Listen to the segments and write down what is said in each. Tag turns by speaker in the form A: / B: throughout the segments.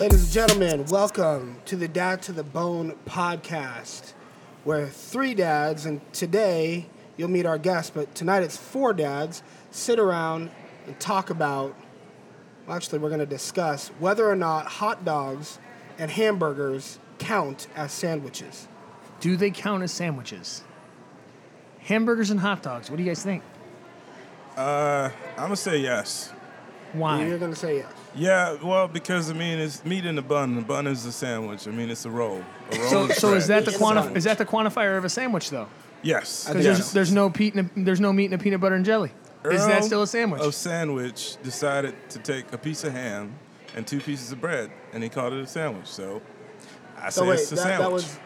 A: and gentlemen, welcome to the Dad to the Bone podcast. We're three dads, and today you'll meet our guest, but tonight it's four dads. Sit around and talk about, well, actually, we're going to discuss whether or not hot dogs and hamburgers count as sandwiches.
B: Do they count as sandwiches? Hamburgers and hot dogs. What do you guys think?
C: I'm gonna say yes.
A: You're
B: Why?
A: going to say yes.
C: Yeah, well, because I mean, it's meat in a bun. The bun is a sandwich. I mean, it's a roll. A roll
B: So, so is that the
A: It's a
B: quanti-
A: sandwich.
B: is that the quantifier of a sandwich though?
C: Yes.
B: Because there's there's no peat in a, there's no meat in a peanut butter and jelly. is that
C: Earl Oh,
B: still a sandwich?
C: Of sandwich decided to take a piece of ham and two pieces of bread, and he called it a sandwich. So I
A: So,
C: say
A: wait,
C: it's a
A: that,
C: sandwich.
A: that was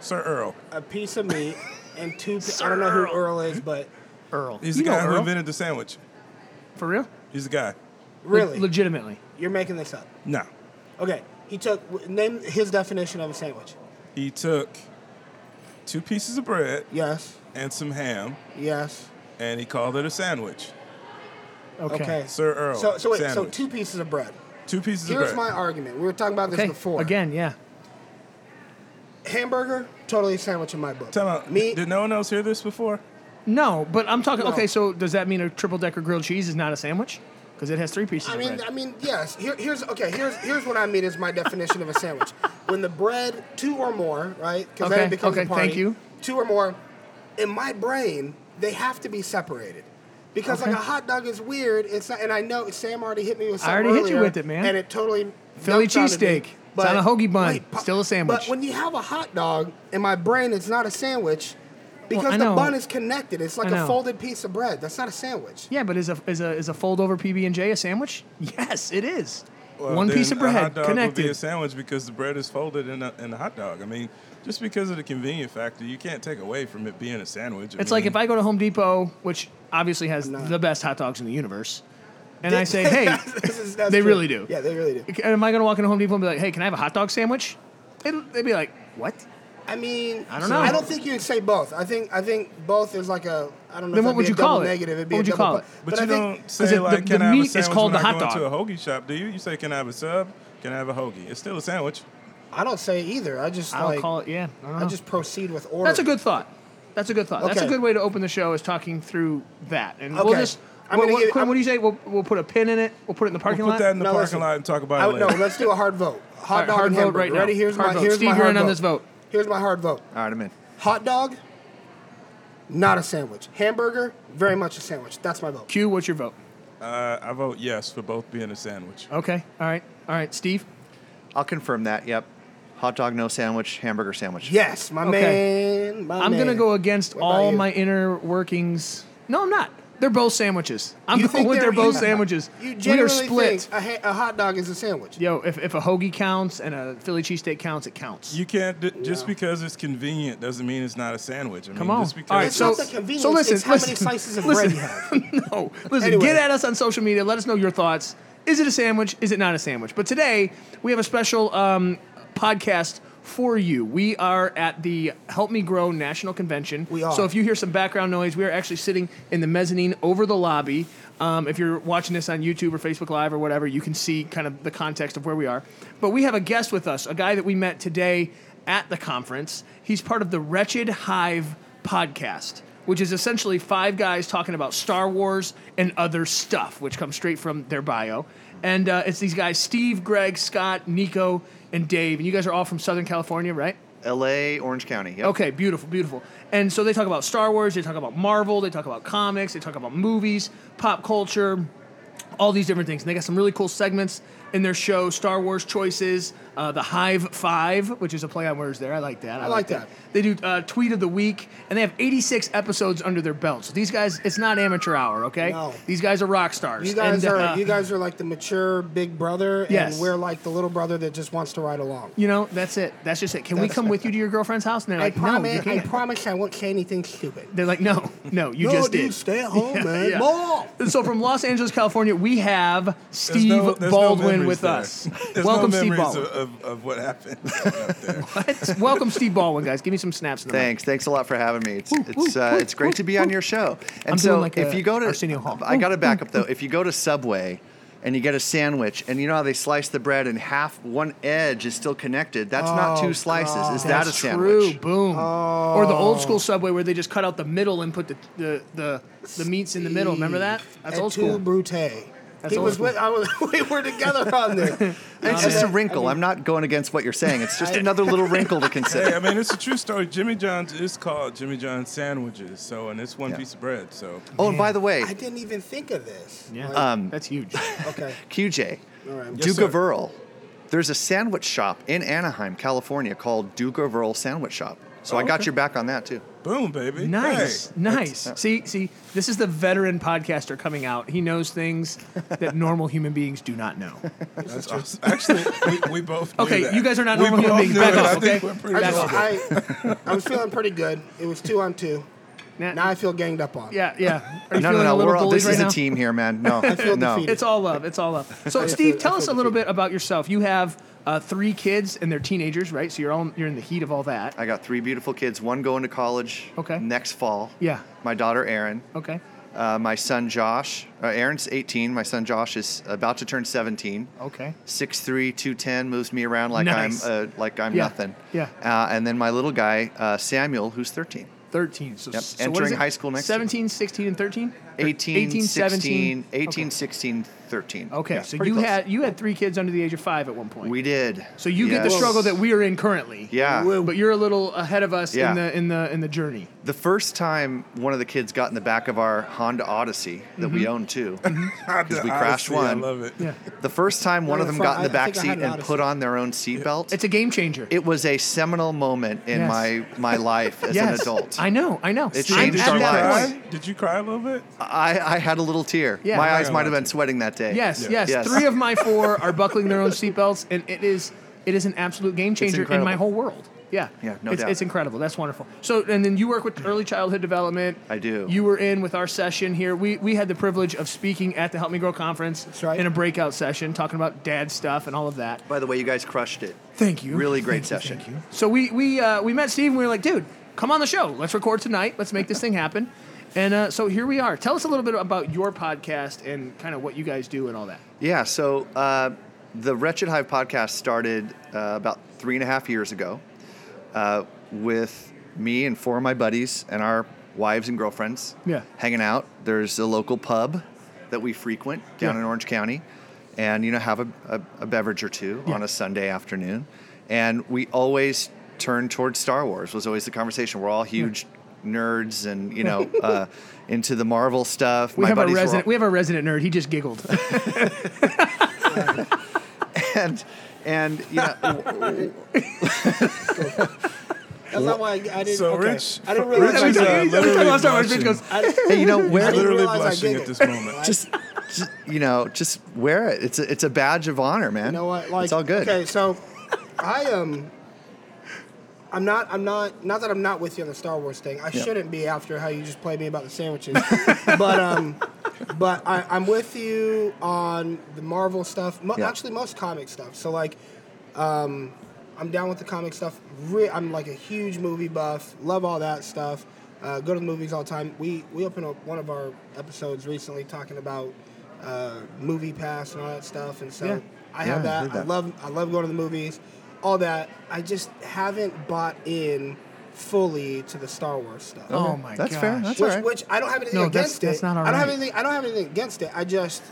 C: Sir Earl.
A: a piece of meat and two. I don't know who Earl is, but
B: Earl.
C: He's
B: you
C: the
B: know
C: guy who
B: Earl.
C: invented the sandwich.
B: For real?
C: He's the guy.
A: really,
B: Legitimately.
A: you're making this up.
C: No.
A: Okay, he took w- name his definition of a sandwich.
C: He took two pieces of bread
A: Yes,
C: and some ham,
A: yes.
C: and he called it a sandwich.
B: Okay.
A: Okay,
C: Sir Earl,
A: So, so wait,
C: sandwich.
A: so two pieces of bread.
C: Two pieces
A: Here's
C: of
A: my
C: bread.
A: argument. We were talking about this
B: Okay.
A: before.
B: Again, yeah.
A: hamburger, totally a sandwich in my book.
C: Time out.
A: meat.
C: Did no one else hear this before?
B: No, but I'm talking.
A: No.
B: Okay, so does that mean a triple decker grilled cheese is not a sandwich? Because it has three pieces.
A: I
B: of
A: mean,
B: bread.
A: I mean, yes. Here, here's okay. Here's here's what I mean is my definition of a sandwich. When the bread, two or more, right? Because then
B: Okay,
A: it becomes
B: okay,
A: a party.
B: thank you.
A: Two or more. In my brain, they have to be separated. Because like
B: Okay.
A: a hot dog is weird. It's not, and I know Sam already hit me with. Something
B: I already hit you
A: earlier,
B: with it, man.
A: And it totally.
B: Philly
A: dumbfounded me,
B: cheesesteak. It's
A: but-
B: on a hoagie bun.
A: pa-
B: Still a sandwich.
A: But when you have a hot dog, in my brain, it's not a sandwich. Because
B: I
A: the
B: know.
A: bun is connected. It's like
B: I
A: a
B: know.
A: folded piece of bread. That's not a sandwich.
B: Yeah, but is a is a is a fold over PB and J a sandwich? Yes, it is.
C: Well,
B: One
C: then
B: piece of
C: a hot
B: bread
C: dog Would be a
B: connected.
C: sandwich because the bread is folded in a, in a hot dog. I mean, just because of the convenient factor, you can't take away from it being a sandwich.
B: It's like if I go to Home Depot, which obviously has the best hot dogs in the universe, and I say, "Hey,"
A: This is- that's
B: they
A: true.
B: really do.
A: Yeah, they really do.
B: am I going to walk into Home Depot and be like, "Hey, can I have a hot dog sandwich?" They'd, they'd be like, "What?"
A: I mean,
B: I don't know.
A: I don't think you'd say both. I think I think both is like a. I don't know. if
B: Then what
A: that'd
B: would
A: be a
B: you call
A: double
B: it?
A: Negative. It'd be
B: What
A: a
B: would you
A: double
B: call
A: po-
B: it?
C: But,
A: I
C: you
A: think,
C: don't
B: it-
C: say
B: the-
C: like,
B: the
C: "Can I have
B: meat
C: a
B: is
C: sandwich?"
B: called
C: when
B: the
C: I
B: hot
C: go into a
B: dog.
C: hoagie shop, do you? You say, "Can I have a sub?" Can I have a hoagie? It's still a sandwich.
A: I don't say either. I just
B: I'll
A: like.
B: call it. Yeah, I, don't
A: I
B: know.
A: just proceed with order.
B: That's a good thought. That's a good thought. That's a
A: Okay.
B: good way to open the show is talking through that, and we'll
A: Okay.
B: just.
A: I'm
B: what,
A: gonna
B: what-
A: give-
B: Quinn,
A: I'm-
B: what do you say? We'll, we'll put a pin in it. We'll put it in the parking
C: We'll put
B: lot.
C: that in the
A: Now
C: parking
A: listen,
C: lot and talk
A: I
C: about
A: would,
C: it
A: no,
C: later.
A: let's do a hard vote. Hot
B: All right,
A: dog
B: hard
A: and
B: vote
A: hamburger.
B: right now.
A: Ready? Here's
B: Hard
A: my
B: vote.
A: here's
B: Steve,
A: my
B: you're
A: hard
B: in on
A: vote.
B: this vote.
A: Here's my hard vote.
D: All right, I'm in.
A: Hot dog, not a sandwich. Hamburger, very much a sandwich. That's my vote.
B: Q, what's your vote?
C: uh, I vote yes for both being a sandwich.
B: Okay. All right. All right, Steve.
D: I'll confirm that. Yep. Hot dog, no sandwich. Hamburger sandwich.
A: Yes, my
B: Okay.
A: man. My
B: I'm
A: man.
B: gonna go against
A: What about
B: all
A: you?
B: my inner workings. No, I'm not. They're both sandwiches. I'm
A: You
B: going
A: think
B: with they're both
A: you-
B: sandwiches.
A: You
B: we are
A: generally
B: split.
A: think a, ha- a hot dog is a sandwich.
B: Yo, if, if a hoagie counts and a Philly cheesesteak counts, it counts.
C: You can't d- just
A: Yeah.
C: because it's convenient doesn't mean it's not a sandwich. I
B: Come
C: mean,
B: on.
C: Just because
B: All right,
A: It's
B: so,
A: not the convenience,
B: so listen,
A: it's how many
B: listen,
A: slices of
B: listen,
A: bread you have.
B: no, listen,
A: Anyway.
B: get at us on social media. Let us know your thoughts. Is it a sandwich? Is it not a sandwich? But today, we have a special um, podcast for you. We are at the Help Me Grow National Convention.
A: We are.
B: So if you hear some background noise, we are actually sitting in the mezzanine over the lobby. Um, if you're watching this on YouTube or Facebook Live or whatever, you can see kind of the context of where we are. But we have a guest with us, a guy that we met today at the conference. He's part of the Wretched Hive podcast, which is essentially five guys talking about Star Wars and other stuff, which comes straight from their bio. And uh, it's these guys Steve, Greg, Scott, Nico, and Dave. And you guys are all from Southern California, right?
D: L.A., Orange County. Yep.
B: Okay, beautiful, beautiful. And so they talk about Star Wars, they talk about Marvel, they talk about comics, they talk about movies, pop culture, all these different things. And they got some really cool segments in their show Star Wars Choices, uh, The Hive Five, which is a play on words there. I like that. I,
A: like that.
B: They do uh, Tweet of the Week, and they have 86 episodes under their belt. So these guys, it's not amateur hour, okay?
A: No.
B: These guys are rock stars.
A: You guys
B: And,
A: are
B: uh,
A: you guys are like the mature big brother, and
B: Yes.
A: we're like the little brother that just wants to ride along.
B: you know, that's it. That's just it. Can we
A: That's-
B: come with you to your girlfriend's house? And they're
A: I
B: like, no, you
A: promise. I
B: can't.
A: promise I won't say anything stupid.
B: They're like, no, no, you
A: no,
B: just
A: dude,
B: did.
A: stay at home, man.
B: yeah.
A: Mom!
B: And so from Los Angeles, California, we have
C: There's
B: Steve
C: no- there's no
B: Baldwin
C: memories
B: with
C: there.
B: us.
C: There's
B: Welcome,
C: no
B: Steve
C: memories
B: Baldwin.
C: Of, of, of what happened up there.
B: Welcome, Steve Baldwin, guys. Give me some snaps. In the
D: Thanks. Thanks a lot for having me. It's it's,
B: woo,
D: uh,
B: woo,
D: it's great
B: woo,
D: to be on your show. And
B: I'm
D: so
B: doing like
D: if
B: a
D: you go to
B: Arsenio Hall.
D: I got to back up though. If you go to Subway, and you get a sandwich, and you know how they slice the bread and half one edge is still connected. That's not
A: Oh,
D: two slices. Is that a
B: That's
D: sandwich?
B: True. Boom. Or the old
C: Oh.
B: school subway where they just cut out the middle and put the the the, the meats in the middle. Remember that? That's old
A: Etu
B: school.
A: Brute. he
B: old
A: was
B: school.
A: with. I was. we were together on this.
D: It's just a wrinkle. I am not going against what you're saying. It's just another little wrinkle to consider.
C: Hey, I mean, it's a true story. Jimmy John's is called Jimmy John's sandwiches. So, and it's one
D: Yeah.
C: piece of bread. So,
D: oh, and by the way,
A: I didn't even think of this.
B: Yeah.
A: Like,
D: Um,
B: That's huge.
A: okay.
D: QJ,
A: All right.
C: Yes,
D: Duke
C: sir.
D: of Earl. There's a sandwich shop in Anaheim, California called Duke of Earl Sandwich Shop.
C: Oh,
D: So I got your back on that too.
C: boom, baby.
B: Nice,
C: Hey.
B: nice. See, see, this is the veteran podcaster coming out. He knows things that normal human beings do not know.
C: That's awesome. Actually, we, we both. knew
B: Okay,
C: that.
B: you guys are not
C: We
B: normal human
C: both
B: beings.
C: knew
B: Back
C: it.
B: off,
C: I think
B: okay?
C: we're pretty
B: Back
A: I,
B: That's
A: just,
B: off.
C: normal.
A: I, I was feeling pretty good. It was two on two.
B: Now,
A: Now I feel ganged up on.
B: yeah, yeah. Are you
D: no,
B: feeling
D: no,
B: a
D: no.
B: little
D: We're all,
B: bullied
D: this
B: right
D: is
B: now?
D: a team here, man. No,
A: feel
D: no.
A: defeated.
B: It's all love. It's all love. So,
A: I
B: Steve, tell
A: feel
B: us a little bit about yourself. You have uh, three kids, and they're teenagers, right? So you're all you're in the heat of all that.
D: I got three beautiful kids. One going to college.
B: Okay.
D: Next fall.
B: Yeah.
D: My daughter Erin.
B: Okay.
D: Uh, my son Josh. Uh, Aaron's 18. My son Josh is about to turn 17.
B: Okay.
D: Six three two ten moves me around like
B: Nice.
D: I'm uh, like I'm
B: Yeah.
D: nothing.
B: Yeah.
D: Uh, and then my little guy uh, Samuel, who's 13.
B: 13. So,
D: Yep.
B: so what
D: Entering
B: is it?
D: high school next year.
B: 17, 16, and 13?
D: 18,
B: 18,
D: 16, 18,
B: Okay.
D: 16, 13.
B: Okay,
D: Yeah,
B: so
D: pretty
B: you
D: close.
B: had you had three kids under the age of five at one point.
D: we did.
B: so you get the
D: Yes.
B: struggle that we are in currently.
D: Yeah.
A: Whoa.
B: But you're a little ahead of us
D: Yeah.
B: in the in the in the journey.
D: The first time one of the kids got in the back of our Honda Odyssey that
B: Mm-hmm.
D: we owned too, because we
C: The
D: crashed
C: Odyssey,
D: one.
C: I love it.
B: Yeah.
D: The first time one
A: No,
D: of
A: the
D: them
A: front-
D: got in the
A: I- I
D: back
A: think I
D: seat
A: had an
D: and
A: Odyssey.
D: put on their own seatbelt,
B: It's a game changer.
D: it was a seminal moment in
B: Yes.
D: my my life as
B: yes.
D: an adult.
B: I know, I know.
D: It
B: I'm
D: changed
B: at
D: our
B: that
D: lives.
B: point.
C: Cry? Did you cry a little bit?
D: I, I had a little tear.
B: Yeah.
D: my
B: I
D: eyes
C: know.
D: might have been sweating that day.
B: Yes,
C: Yeah.
B: yes,
D: Yes.
B: Three of my four are buckling their own seatbelts, and it is it is an absolute game changer in my
D: incredible.
B: whole world. Yeah,
D: Yeah, no
B: it's,
D: doubt.
B: It's incredible. That's wonderful. So, and then you work with early childhood development.
D: I do.
B: You were in with our session here. We we had the privilege of speaking at the Help Me Grow conference
A: right.
B: in a breakout session, talking about dad stuff and all of that.
D: By the way, you guys crushed it.
B: Thank you.
D: Really great
B: Thank you,
D: session.
B: thank you. So we we uh, we met Steve and we were like, dude, come on the show. Let's record tonight. Let's make this thing happen. And uh, so here we are. Tell us a little bit about your podcast and kind of what you guys do and all that.
D: Yeah, so uh, the Wretched Hive podcast started uh, about three and a half years ago uh, with me and four of my buddies and our wives and girlfriends
B: Yeah.
D: hanging out. There's a local pub that we frequent down
B: Yeah.
D: in Orange County and, you know, have a, a, a beverage or two on a Sunday afternoon. And we always turned towards Star Wars was always the conversation. We're all huge nerds and, you know, uh, into the Marvel stuff.
B: We
D: My
B: have a
D: buddies were all-
B: resident. We have a resident nerd. He just giggled.
D: and and you know
A: That's not why I, I didn't.
C: So
A: okay.
C: Rich-
A: I didn't realize.
C: Rich
A: I
C: is,
A: did
C: uh, literally
B: I'm sorry,
C: blushing.
B: Rich goes,
A: I didn't-
D: hey, you know
A: I
D: wear
A: didn't
D: it.
C: Literally
A: realize I
C: blushing at
A: giggled.
C: this moment.
D: Just, just you know, just wear it. It's a it's a badge of honor, man.
A: You know what? Like
D: it's all good.
A: Okay, so I am. I'm not. I'm not. Not that I'm not with you on the Star Wars thing. I shouldn't be after how you just played me about the sandwiches. but um, but I, I'm with you on the Marvel stuff. Mo-
D: Yeah.
A: Actually, most comic stuff. So like, um, I'm down with the comic stuff. Re- I'm like a huge movie buff. Love all that stuff. Uh, go to the movies all the time. We we opened up one of our episodes recently talking about uh, movie pass and all that stuff. And so
B: Yeah.
A: I
D: Yeah,
A: have
D: I
A: that.
D: heard
A: I
D: that.
A: love I love going to the movies, all that. I just haven't bought in fully to the Star Wars stuff.
B: "Oh my
D: That's
B: gosh.
D: fair. That's
A: which
D: all right.
A: which I don't have anything
B: No, that's-
A: against it.
B: that's not
A: I
B: all
A: don't have
B: right.
A: anything I don't have anything against it. I just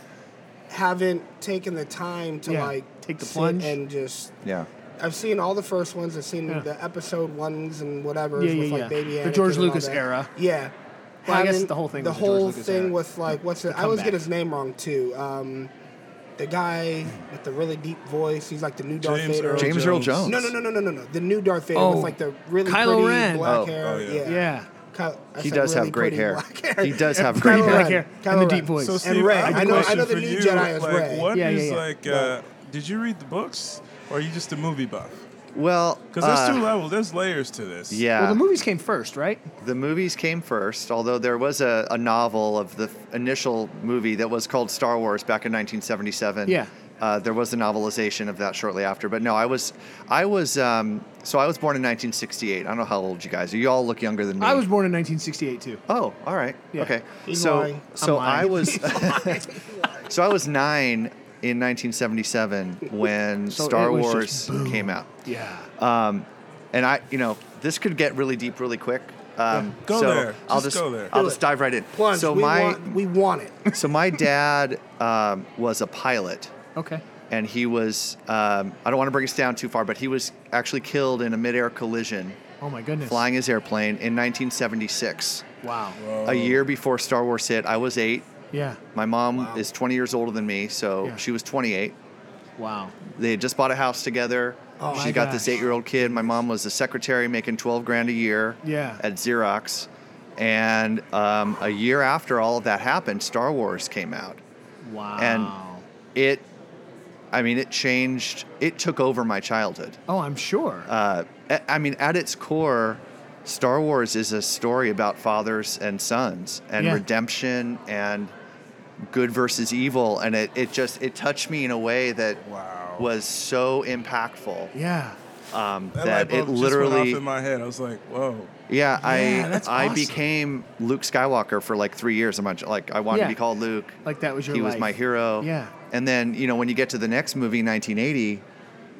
A: haven't taken the time to
B: Yeah,
A: like
B: take the
A: sit
B: plunge.
A: and just
D: yeah.
A: I've seen all the first ones. I've seen
B: Yeah.
A: the episode ones and whatever
B: Yeah,
A: with
B: yeah,
A: like
B: yeah.
A: Baby
B: The
A: Anakin
B: George
A: and all
B: Lucas
A: that.
B: era.
A: Yeah.
B: Well, I guess
A: Having
B: the whole thing
A: The
B: was the George
A: whole
B: Lucas
A: thing
B: era.
A: with like what's it? I always
B: comeback.
A: get his name wrong too. Um, the guy with the really deep voice. He's like the new Darth
C: James
A: Vader.
C: Earl
D: James
C: Jones.
D: Earl Jones.
A: No, no, no, no, no, no, no. The new Darth Vader
B: Oh,
A: with like the really
B: Kylo
A: pretty
B: Ren.
A: black
D: Oh.
A: hair.
C: Oh, yeah.
A: yeah.
B: Yeah.
A: Ky- I
D: He
A: said
D: does
A: really
D: have great
A: pretty
D: hair.
A: black hair.
D: He does have
B: Pretty
D: great hair.
B: black hair
A: Kylo
B: and the
A: Ren.
B: deep voice.
C: So, Steve,
A: Ray.
C: I have a
A: I know- I
C: question
A: know the
C: for
A: new
C: you.
A: Jedi is
C: like,
A: Ray.
C: What
B: Yeah, yeah,
C: is,
B: yeah.
C: like, uh, did you read the books or are you just a movie buff?
D: Well,
C: Because there's
D: uh,
C: two levels, there's layers to this.
D: Yeah,
B: Well, the
D: the,
B: movies came first, right?
D: movies came first, although there was a, a novel of the f- initial movie that was called Star Wars back in 1977.
B: Yeah.
D: Uh, there was a novelization of that shortly after, but no, I was, I was, um, so I was born in 1968. I don't know how old you guys are. You all look younger than me.
B: I was born in 1968 too.
D: Oh, all right.
B: Yeah.
D: Okay.
A: He's
D: so
A: lying.
D: so
B: I'm lying.
D: I was So I was nine in 1977 when
B: So it
D: Star
B: was
D: Wars
B: just boom.
D: came out,
B: Yeah.
D: and I, you know, this could get really deep really quick. Um,
C: Go
D: so
C: there.
D: I'll
C: Just
D: just,
C: go there.
D: I'll
A: Do
D: just
A: it.
D: dive right in.
A: Plunge.
D: so
A: we,
D: my
A: want, we want it.
D: so my dad um, was a pilot.
B: okay.
D: and he was um, i don't want to bring us down too far but he was actually killed in a midair collision
B: Oh my goodness.
D: flying his airplane in 1976
B: Wow.
D: a year before star wars hit i was eight
B: Yeah.
D: my mom is 20 years older than me so
B: Yeah.
D: she was 28
B: Wow.
D: they had just bought a house together
B: Oh, my
D: she's got this
B: gosh.
D: eight-year-old kid my mom was a secretary making 12 grand a year
B: Yeah.
D: at xerox and um, a year after all of that happened star wars came out
B: Wow.
D: and it i mean it changed it took over my childhood
B: oh, I'm sure.
D: uh, a- I mean, at its core, Star Wars is a story about fathers and sons and
B: Yeah.
D: redemption and good versus evil, and it, it just it touched me in a way that
C: Wow.
D: was so impactbulb
B: yeah.
D: um,
C: That, light bulb
D: that, it
C: just went
D: literally
C: off in my head. I was like, whoa.
D: yeah,
B: Yeah,
D: I
B: that's
D: I
B: awesome.
D: became Luke Skywalker for like three years. I'm not- like I wanted
B: Yeah.
D: to be called Luke.
B: Like that was your
D: he was
B: life.
D: my hero.
B: Yeah.
D: And then you know when you get to the next movie, 1980,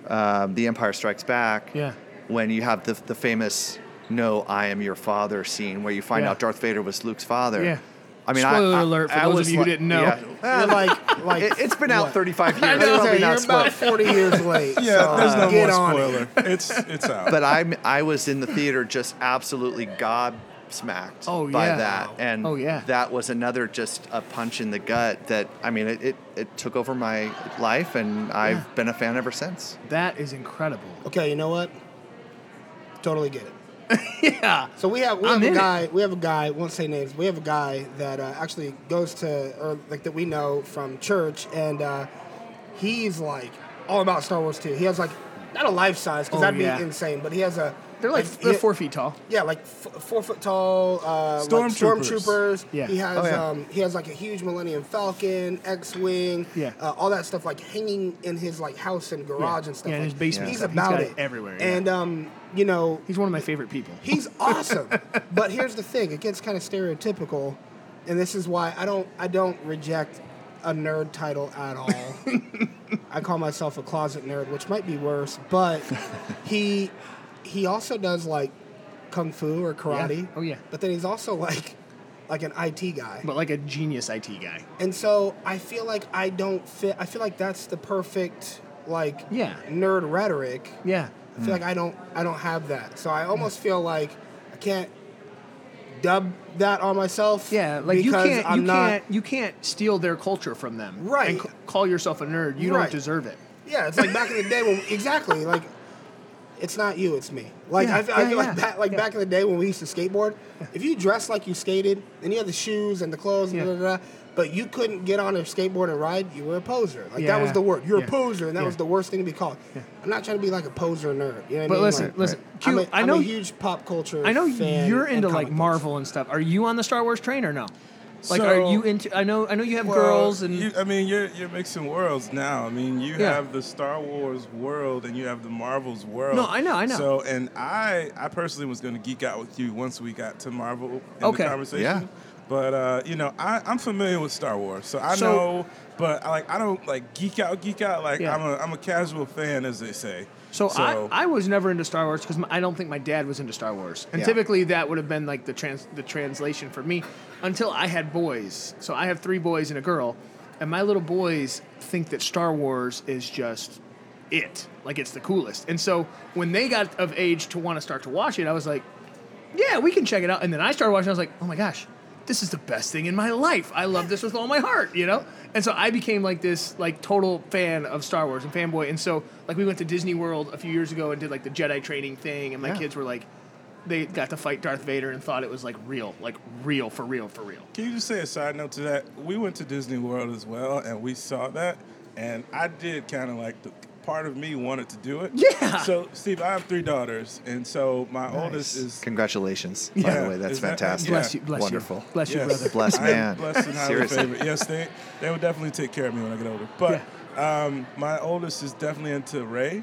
D: uh, The Empire Strikes Back.
B: Yeah.
D: When you have the the famous "No, I am your father" scene, where you find
B: Yeah.
D: out Darth Vader was Luke's father.
B: Yeah.
D: I mean,
B: Spoiler
D: I, I,
B: alert for
D: I
B: those
D: was
B: of you who
D: like-
B: didn't know.
D: yeah.
A: You're like, like
D: It, has been out
A: what?
D: 35 years.
A: I was gonna
D: probably
A: say,
D: not
A: you're
D: spoiled.
A: about 40 years late.
C: Yeah,
A: so uh,
C: there's no
A: get
C: more
A: on it.
C: spoiler. It's it's out.
D: but I'm I was in the theater just absolutely gobsmacked
B: Oh,
D: by
B: yeah.
D: that, and
B: Oh, yeah.
D: that was another just a punch in the gut that I mean it it, it took over my life, and
B: Yeah.
D: I've been a fan ever since.
B: That is incredible.
A: Okay, you know what? Totally get it.
B: Yeah.
A: So we have we
B: I'm
A: have
B: in
A: a
B: it.
A: guy we have a guy won't say names we have a guy that uh, actually goes to or like that we know from church and uh, he's like all about Star Wars too. He has like not a life size because
B: Oh,
A: that'd
B: yeah.
A: be insane, but he has a
B: They're like
A: he-
B: they're four feet tall.
A: Yeah, like f- four foot tall uh, like
C: Stormtroopers.
A: stormtroopers.
B: Yeah.
A: He has
D: Oh, yeah.
A: um, he has like a huge Millennium Falcon, X Wing,
B: Yeah.
A: uh, all that stuff like hanging in his like house and garage
B: Yeah.
A: and stuff.
B: Yeah, in
A: like,
B: his basement
A: He's
B: and stuff. He's
A: about it
B: got it everywhere, yeah.
A: And um, you know,
B: He's one of my favorite people.
A: He's awesome. but here's the thing: it gets kind of stereotypical, and this is why I don't I don't reject a nerd title at all. I call myself a closet nerd, which might be worse. But he he also does like kung fu or karate.
B: Yeah. Oh, yeah.
A: But then he's also like like an IT guy.
B: But like a genius IT guy.
A: And so I feel like I don't fit. I feel like that's the perfect like
B: Yeah.
A: nerd rhetoric.
B: Yeah.
A: I feel like I don't I don't have that. So I almost feel like I can't dub that on myself.
B: Yeah, like you
A: because
B: can't
A: I'm
B: you
A: not-
B: can't you can't steal their culture from them.
A: Right.
B: And c- call yourself a nerd. You
A: Right.
B: don't deserve it.
A: Yeah, it's like back in the day when exactly like it's not you, it's me. Like
B: Yeah,
A: I, feel- I
B: yeah,
A: feel
B: yeah,
A: like back like
B: yeah.
A: back in the day when we used to skateboard, if you dressed like you skated and you had the shoes and the clothes, and
B: Yeah.
A: blah, blah, blah, but you couldn't get on a skateboard and ride, you were a poser. Like that was
B: Yeah,
A: the word. You're
B: yeah,
A: a poser, and that
B: yeah.
A: was the worst thing to be called. I'm not trying to be like a poser nerd. You know what I mean?
B: But listen,
A: Like,
B: listen. Q,
A: I'm a,
B: I
A: I'm
B: know
A: a huge pop culture.
B: I know
A: fan
B: you're
A: and
B: into
A: comic
B: like
A: books.
B: Marvel and stuff. Are you on the Star Wars train or no? Like,
C: So-
B: are you into? I know, I know you have
C: Well,
B: girls and
C: you, I mean, you're you're mixing worlds now. I mean, you
B: Yeah.
C: have the Star Wars world and you have the Marvel's world.
B: No, I know, I know.
C: So, and I I personally was going to geek out with you once we got to Marvel in
B: Okay.
C: the conversation.
D: Yeah.
C: But uh, you know, I, I'm familiar with Star Wars, so I
B: So-
C: know. But I, like, I don't like geek out, geek out. Like,
B: Yeah.
C: I'm a I'm a casual fan, as they say.
B: So, I, I was never into Star Wars because I don't think my dad was into Star Wars, and
D: Yeah.
B: typically that would have been like the trans the translation for me until I had boys. So I have three boys and a girl, and my little boys think that Star Wars is just it, like it's the coolest. And so when they got of age to want to start to watch it, I was like, yeah, we can check it out. And then I started watching. I was like, oh my gosh, this is the best thing in my life. I love this with all my heart, you know. And so I became like this like total fan of Star Wars and fanboy. And so like we went to Disney World a few years ago and did like the Jedi training thing, and my
D: Yeah.
B: kids were like, they got to fight Darth Vader and thought it was like real, like real for real for real.
C: Can you just say a side note to that? We went to Disney World as well, and we saw that, and I did kind of like the part of me wanted to do it.
B: Yeah.
C: So, Steve, I have three daughters, and so my oldest is
D: Congratulations, by
C: Yeah.
D: the way. That's
C: Is that-
D: fantastic.
C: Yeah.
B: Bless you, bless
D: Wonderful.
B: you, bless you,
C: Yes.
B: brother.
D: Blessed
C: I am
D: man.
C: Blessed and highly
D: Seriously.
C: favored. Yes, they they will definitely take care of me when I get older. But um, my oldest is definitely into Ray.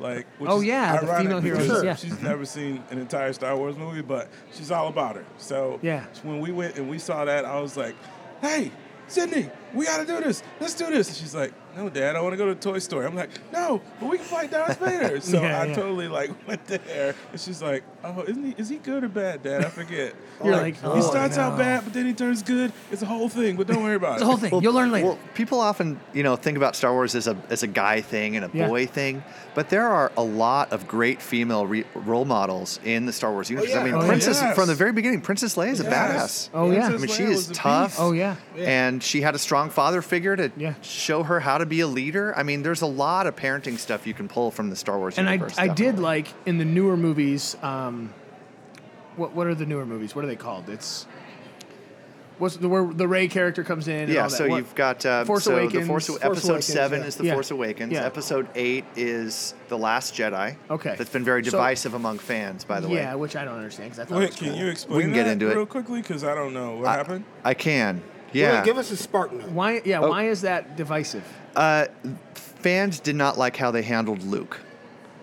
C: Like, which
B: Oh,
C: is
B: yeah, the
C: ironic
B: female heroes,
C: because
B: Sure. yeah. Mm-hmm.
C: She's never seen an entire Star Wars movie, but she's all about her. So
B: Yeah.
C: when we went and we saw that, I was like, "Hey, Sydney, we gotta do this. Let's do this. And she's like, no, Dad, I want to go to Toy Story. I'm like, no, but we can fight Darth Vader. So
B: Yeah,
C: I
B: yeah.
C: totally like went there, and she's like, oh, isn't he? Is he good or bad, Dad? I forget.
B: You're like, oh,
C: he starts
B: no.
C: out bad, but then he turns good. It's a whole thing, but don't worry about it.
B: the whole thing. You'll learn later.
D: Well, people often, you know, think about Star Wars as a as a guy thing and a
B: Yeah.
D: boy thing, but there are a lot of great female re- role models in the Star Wars universe.
C: yeah.
D: I mean,
C: Oh, yeah.
D: Princess
C: Yes.
D: from the very beginning, Princess Leia is a
C: Yes.
D: badass.
B: Oh, yeah.
D: I mean,
C: Princess
D: she
C: Leia
D: is
C: was a
D: tough.
C: beast.
B: Oh, yeah.
D: And she had a strong father figure to
B: Yeah.
D: show her how to be a leader. I mean, there's a lot of parenting stuff you can pull from the Star Wars
B: and I,
D: universe.
B: I did
D: definitely.
B: like in the newer movies. Um, what what are the newer movies? What are they called? It's what's the where the Ray character comes in. and
D: Yeah,
B: all that.
D: so
B: What-
D: you've got uh,
B: Force
D: so
B: Awakens.
D: The Force,
B: Force
D: episode
A: Awakens,
D: seven
A: yeah.
D: is the
B: Yeah.
D: Force Awakens.
B: Yeah.
D: Episode eight is the Last Jedi.
B: Okay.
D: that's been very
B: So-
D: divisive among fans, by the way.
B: yeah, which I don't understand because I thought. it
C: Wait,
B: was
C: can
B: cool.
C: you explain
D: We can get
C: that
D: into it.
C: real quickly? Because I don't know what happened.
D: I can.
A: Well,
D: Yeah.
A: give us a spark note.
B: Why? Yeah.
D: Oh.
B: Why is that divisive?
D: uh, fans did not like how they handled Luke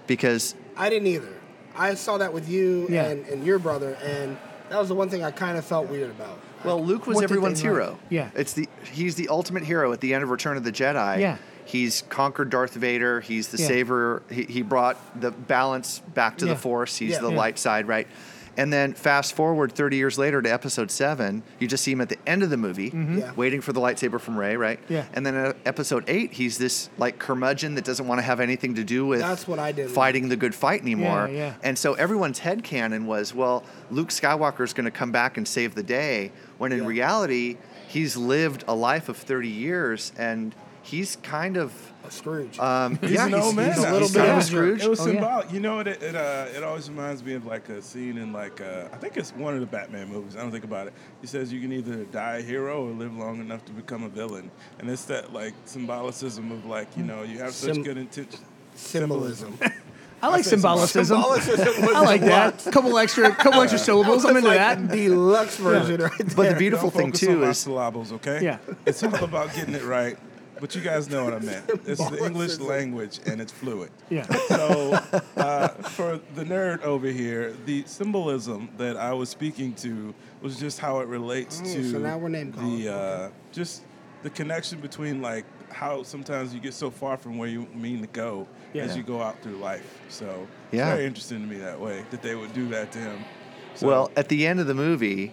D: because
A: I didn't either. I saw that with you
B: Yeah.
A: and, and your brother, and that was the one thing I kind of felt weird about.
D: well, Luke was
B: What did they
D: everyone's
B: like?
D: hero.
B: Yeah.
D: It's the he's the ultimate hero at the end of Return of the Jedi.
B: Yeah.
D: He's conquered Darth Vader. He's the
B: Yeah.
D: savior. He, he brought the balance back to
B: Yeah.
D: the Force. He's
A: Yeah.
D: the
A: Yeah.
D: light side, right? And then fast forward 30 years later to episode seven, you just see him at the end of the movie,
A: Yeah.
D: waiting for the lightsaber from Rey, right?
B: Mm-hmm. Yeah.
D: And then at episode eight, he's this like curmudgeon that doesn't want to have anything to do with
A: That's what I didn't like.
D: fighting the good fight anymore.
B: Yeah, yeah.
D: And so everyone's headcanon was, well, Luke Skywalker is going to come back and save the day, when in
A: Yeah.
D: reality, he's lived a life of 30 years and he's kind of.
A: A Scrooge.
B: Uh,
D: Um,
C: He's
D: yeah,
C: an old man.
D: he's
C: now.
D: a little
C: He's
D: bit of
B: yeah.
D: a Scrooge.
C: It was
B: Oh, yeah.
C: symbolic. You know what? It it, uh, it always reminds me of like a scene in like uh, I think it's one of the Batman movies. I don't think about it. He says you can either die a hero or live long enough to become a villain, and it's that like symbolicism of like
D: Hmm.
C: you know you have
A: Sym-
C: such good intention.
A: symbolism.
B: I like
C: said symbol-
B: symbolicism.
A: Symbolism was
B: I like
A: a
B: that. couple extra, couple extra syllables. I'm into
A: like
B: that.
A: the deluxe version right there.
D: But the beautiful
C: Don't
D: thing,
C: focus on
D: too,
C: my
D: is
C: syllables. Okay.
B: Yeah.
C: It's all about getting it right. But you guys know what I meant. It's the English
A: Symbolicism.
C: language and it's fluid.
B: Yeah.
C: So, uh, for the nerd over here, the symbolism that I was speaking to was just how it relates
A: Oh,
C: to
A: so now we're name calling.
C: the uh, just the connection between like how sometimes you get so far from where you mean to go
B: Yeah.
C: as you go out through life. So,
D: Yeah.
C: it's very interesting to me that way that they would do that to him. So,
D: Well, at the end of the movie,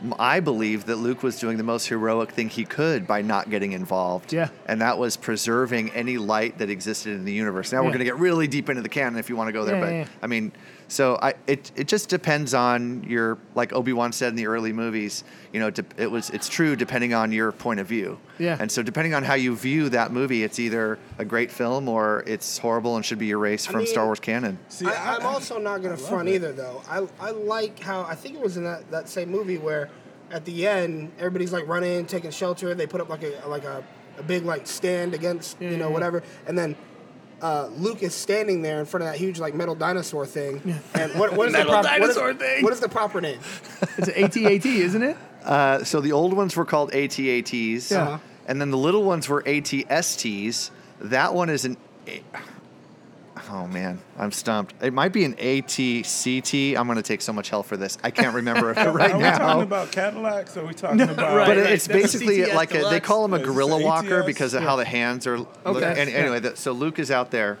D: m- I believe that Luke was doing the most heroic thing he could by not getting involved.
B: Yeah.
D: And that was preserving any light that existed in the universe. Now
B: Yeah.
D: we're going to get really deep into the canon if you want to go there,
B: Yeah,
D: but
B: yeah, yeah.
D: I mean, so I it it just depends on your like Obi-Wan said in the early movies, you know, de- it was it's true depending on your point of view.
B: Yeah.
D: And so depending on how you view that movie, it's either a great film or it's horrible and should be erased from
A: mean-
D: Star Wars canon.
C: see,
A: I, I'm also not going to front
C: it.
A: either, though. I, I like how, I think it was in that, that same movie where at the end, everybody's like running, taking shelter. They put up like a, like a, a big like stand against, you know, whatever. And then uh, Luke is standing there in front of that huge like metal dinosaur thing. And what, what is
B: Metal
A: the proper,
B: dinosaur
A: what is,
B: thing.
A: What is the proper name?
B: It's an ATAT, isn't it?
D: Uh, so the old ones were called ATATs.
B: Yeah.
D: And then the little ones were ATSTs. That one is an. A- oh, man. I'm stumped. It might be an ATCT. I'm going to take so much hell for this. I can't remember it right
C: are we
D: now.
C: talking about Cadillacs? Are we talking about?
B: right,
D: But
B: right. That's
D: it's
B: a
D: basically
B: CTS
D: like a, they
B: deluxe.
D: call him a
C: It's
D: gorilla
C: ATS.
D: walker because of how the hands are. look-
B: Okay.
D: and,
B: Yeah.
D: anyway, that, so Luke is out there.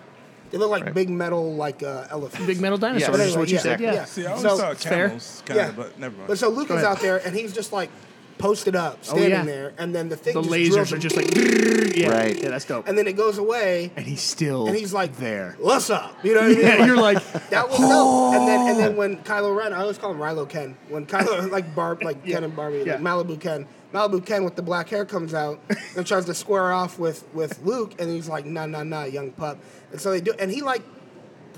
A: They look like big metal like uh, elephants.
B: Big metal dinosaur
D: Yeah,
B: is what you
A: yeah,
B: said. Yeah.
A: yeah.
C: See, I always
A: So-
C: saw
B: It's fair.
C: camels, kind of, but never mind.
A: But so Luke is
B: ahead. Oh,
A: out there, and he's just like posted up, standing
B: yeah.
A: there, and then the thing
B: The
A: just drills
B: lasers are
A: him,
B: just like, yeah,
D: Right.
B: yeah, that's dope.
A: and then it goes away,
B: And he's still,
A: and he's like,
B: there.
A: what's up?" You know what I mean?
B: Yeah,
A: Like,
B: you're like,
A: that was
B: Oh.
A: dope. And then and then when Kylo Ren, I always call him Rilo Ken. When Kylo like Barb, like Ken and Barbie,
B: Yeah.
A: like Malibu Ken, Malibu Ken with the black hair comes out and tries to square off with with Luke, and he's like, "Nah, nah, nah, young pup." And so they do, and he like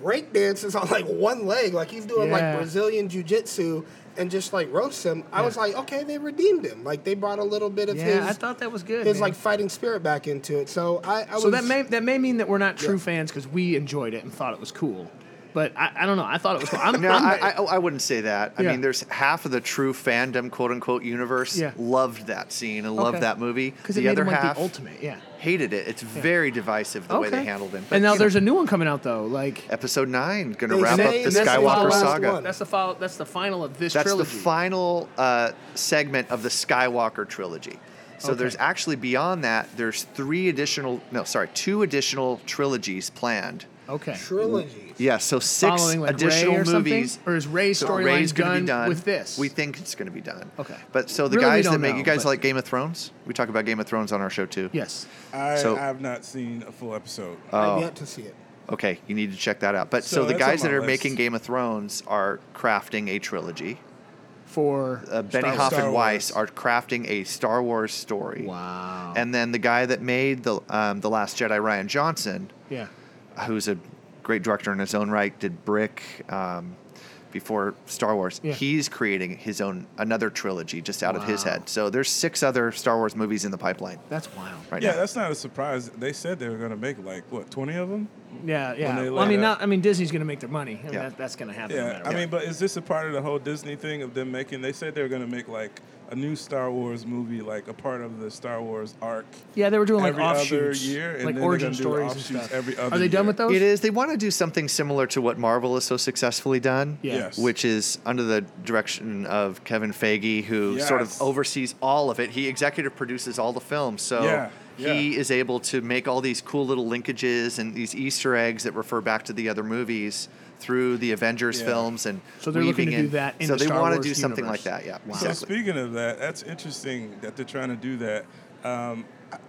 A: break dances on like one leg, like he's doing
B: Yeah.
A: like Brazilian jiu jitsu. And just like roasts him, I was like, okay, they redeemed him. Like they brought a little bit of
B: yeah,
A: his,
B: I thought that was good.
A: his
B: man.
A: like fighting spirit back into it. So I, I was
B: So that may that may mean that we're not true fans because we enjoyed it and thought it was cool, but I, I don't know. I thought it was cool. I'm,
D: No,
B: I'm-
D: I, I, oh, I wouldn't say that. I
B: Yeah.
D: mean, there's half of the true fandom, quote unquote, universe
B: Yeah.
D: loved that scene and loved
B: Okay.
D: that movie.
B: 'Cause it
D: the
B: made
D: other
B: him, like, the
D: half,
B: ultimate, yeah.
D: hated it. It's very divisive the way they handled him. But,
B: and now
D: you know,
B: there's a new one coming out though. Like
D: episode nine going to
A: They
D: wrap up
A: say
D: the
A: this is the
D: Skywalker
A: last
D: saga.
A: one.
B: That's the follow, That's the final of this
D: That's
B: trilogy.
D: the final uh, segment of the Skywalker trilogy. So there's actually beyond that, there's three additional, no, sorry, two additional trilogies planned.
B: Okay.
A: Trilogy.
D: Yeah, so six
B: Following like
D: additional
B: Ray or something?
D: movies.
B: Or is Ray's
D: So
B: storyline
D: Ray's gonna be
B: done with this?
D: We think it's going to be done.
B: Okay.
D: But so the
B: Really, we
D: guys that
B: don't
D: make
B: know,
D: you guys
B: but-
D: like Game of Thrones? We talk about Game of Thrones on our show too.
B: Yes.
C: I,
D: So-
C: I've not seen a full episode.
B: Uh,
A: I've yet to see it.
D: Okay, you need to check that out. But
C: So
D: so, the
C: that's on
D: guys that
C: my
D: are
C: list.
D: making Game of Thrones are crafting a trilogy.
B: For Star
D: Uh, Benioff
B: Wars.
C: Star
D: and Weiss
C: Wars.
D: are crafting a Star Wars story.
B: Wow.
D: And then the guy that made the um, the Last Jedi, Ryan Johnson,
B: yeah.
D: who's a great director in his own right, did Brick um, before Star Wars.
B: Yeah.
D: He's creating his own another trilogy just out of his
B: Wow.
D: head. So there's six other Star Wars movies in the pipeline
B: That's wild.
D: right
C: yeah,
D: now.
C: that's not a surprise. They said they were going to make like what twenty of them.
B: Yeah, yeah.
C: they
B: Well, I
C: laid
B: mean,
C: out-
B: not, I mean, Disney's going to make their money. I mean,
D: Yeah.
B: that, that's going to happen. no
C: Yeah,
B: matter
C: I
B: what.
C: mean, but is this a part of the whole Disney thing of them making? They said they were going to make like a new Star Wars movie, like a part of the Star Wars arc.
B: yeah, they were doing like
C: every
B: offshoots,
C: other year, and
B: like
C: then they're
B: origin
C: gonna do
B: stories and
C: offshoots
B: stuff.
C: every other
B: Are they done
C: year.
B: with those?
D: It is. They want to do something similar to what Marvel has so successfully done.
B: Yeah.
C: Yes.
D: Which is under the direction of Kevin Feige, who sort of
C: Yes.
D: oversees all of it. He executive produces all the films, so
C: Yeah,
D: he
C: yeah.
D: is able to make all these cool little linkages and these Easter eggs that refer back to the other movies through the Avengers
C: Yeah.
D: films, and
B: So they're looking
D: weaving
B: to
D: in.
B: do that in
D: so
B: the
D: they
B: Star
D: wanna
B: Wars
D: do something
B: universe.
D: like that. Yeah.
B: Wow.
C: So
D: Exactly.
C: speaking of that, that's interesting that they're trying to do that. Um, h-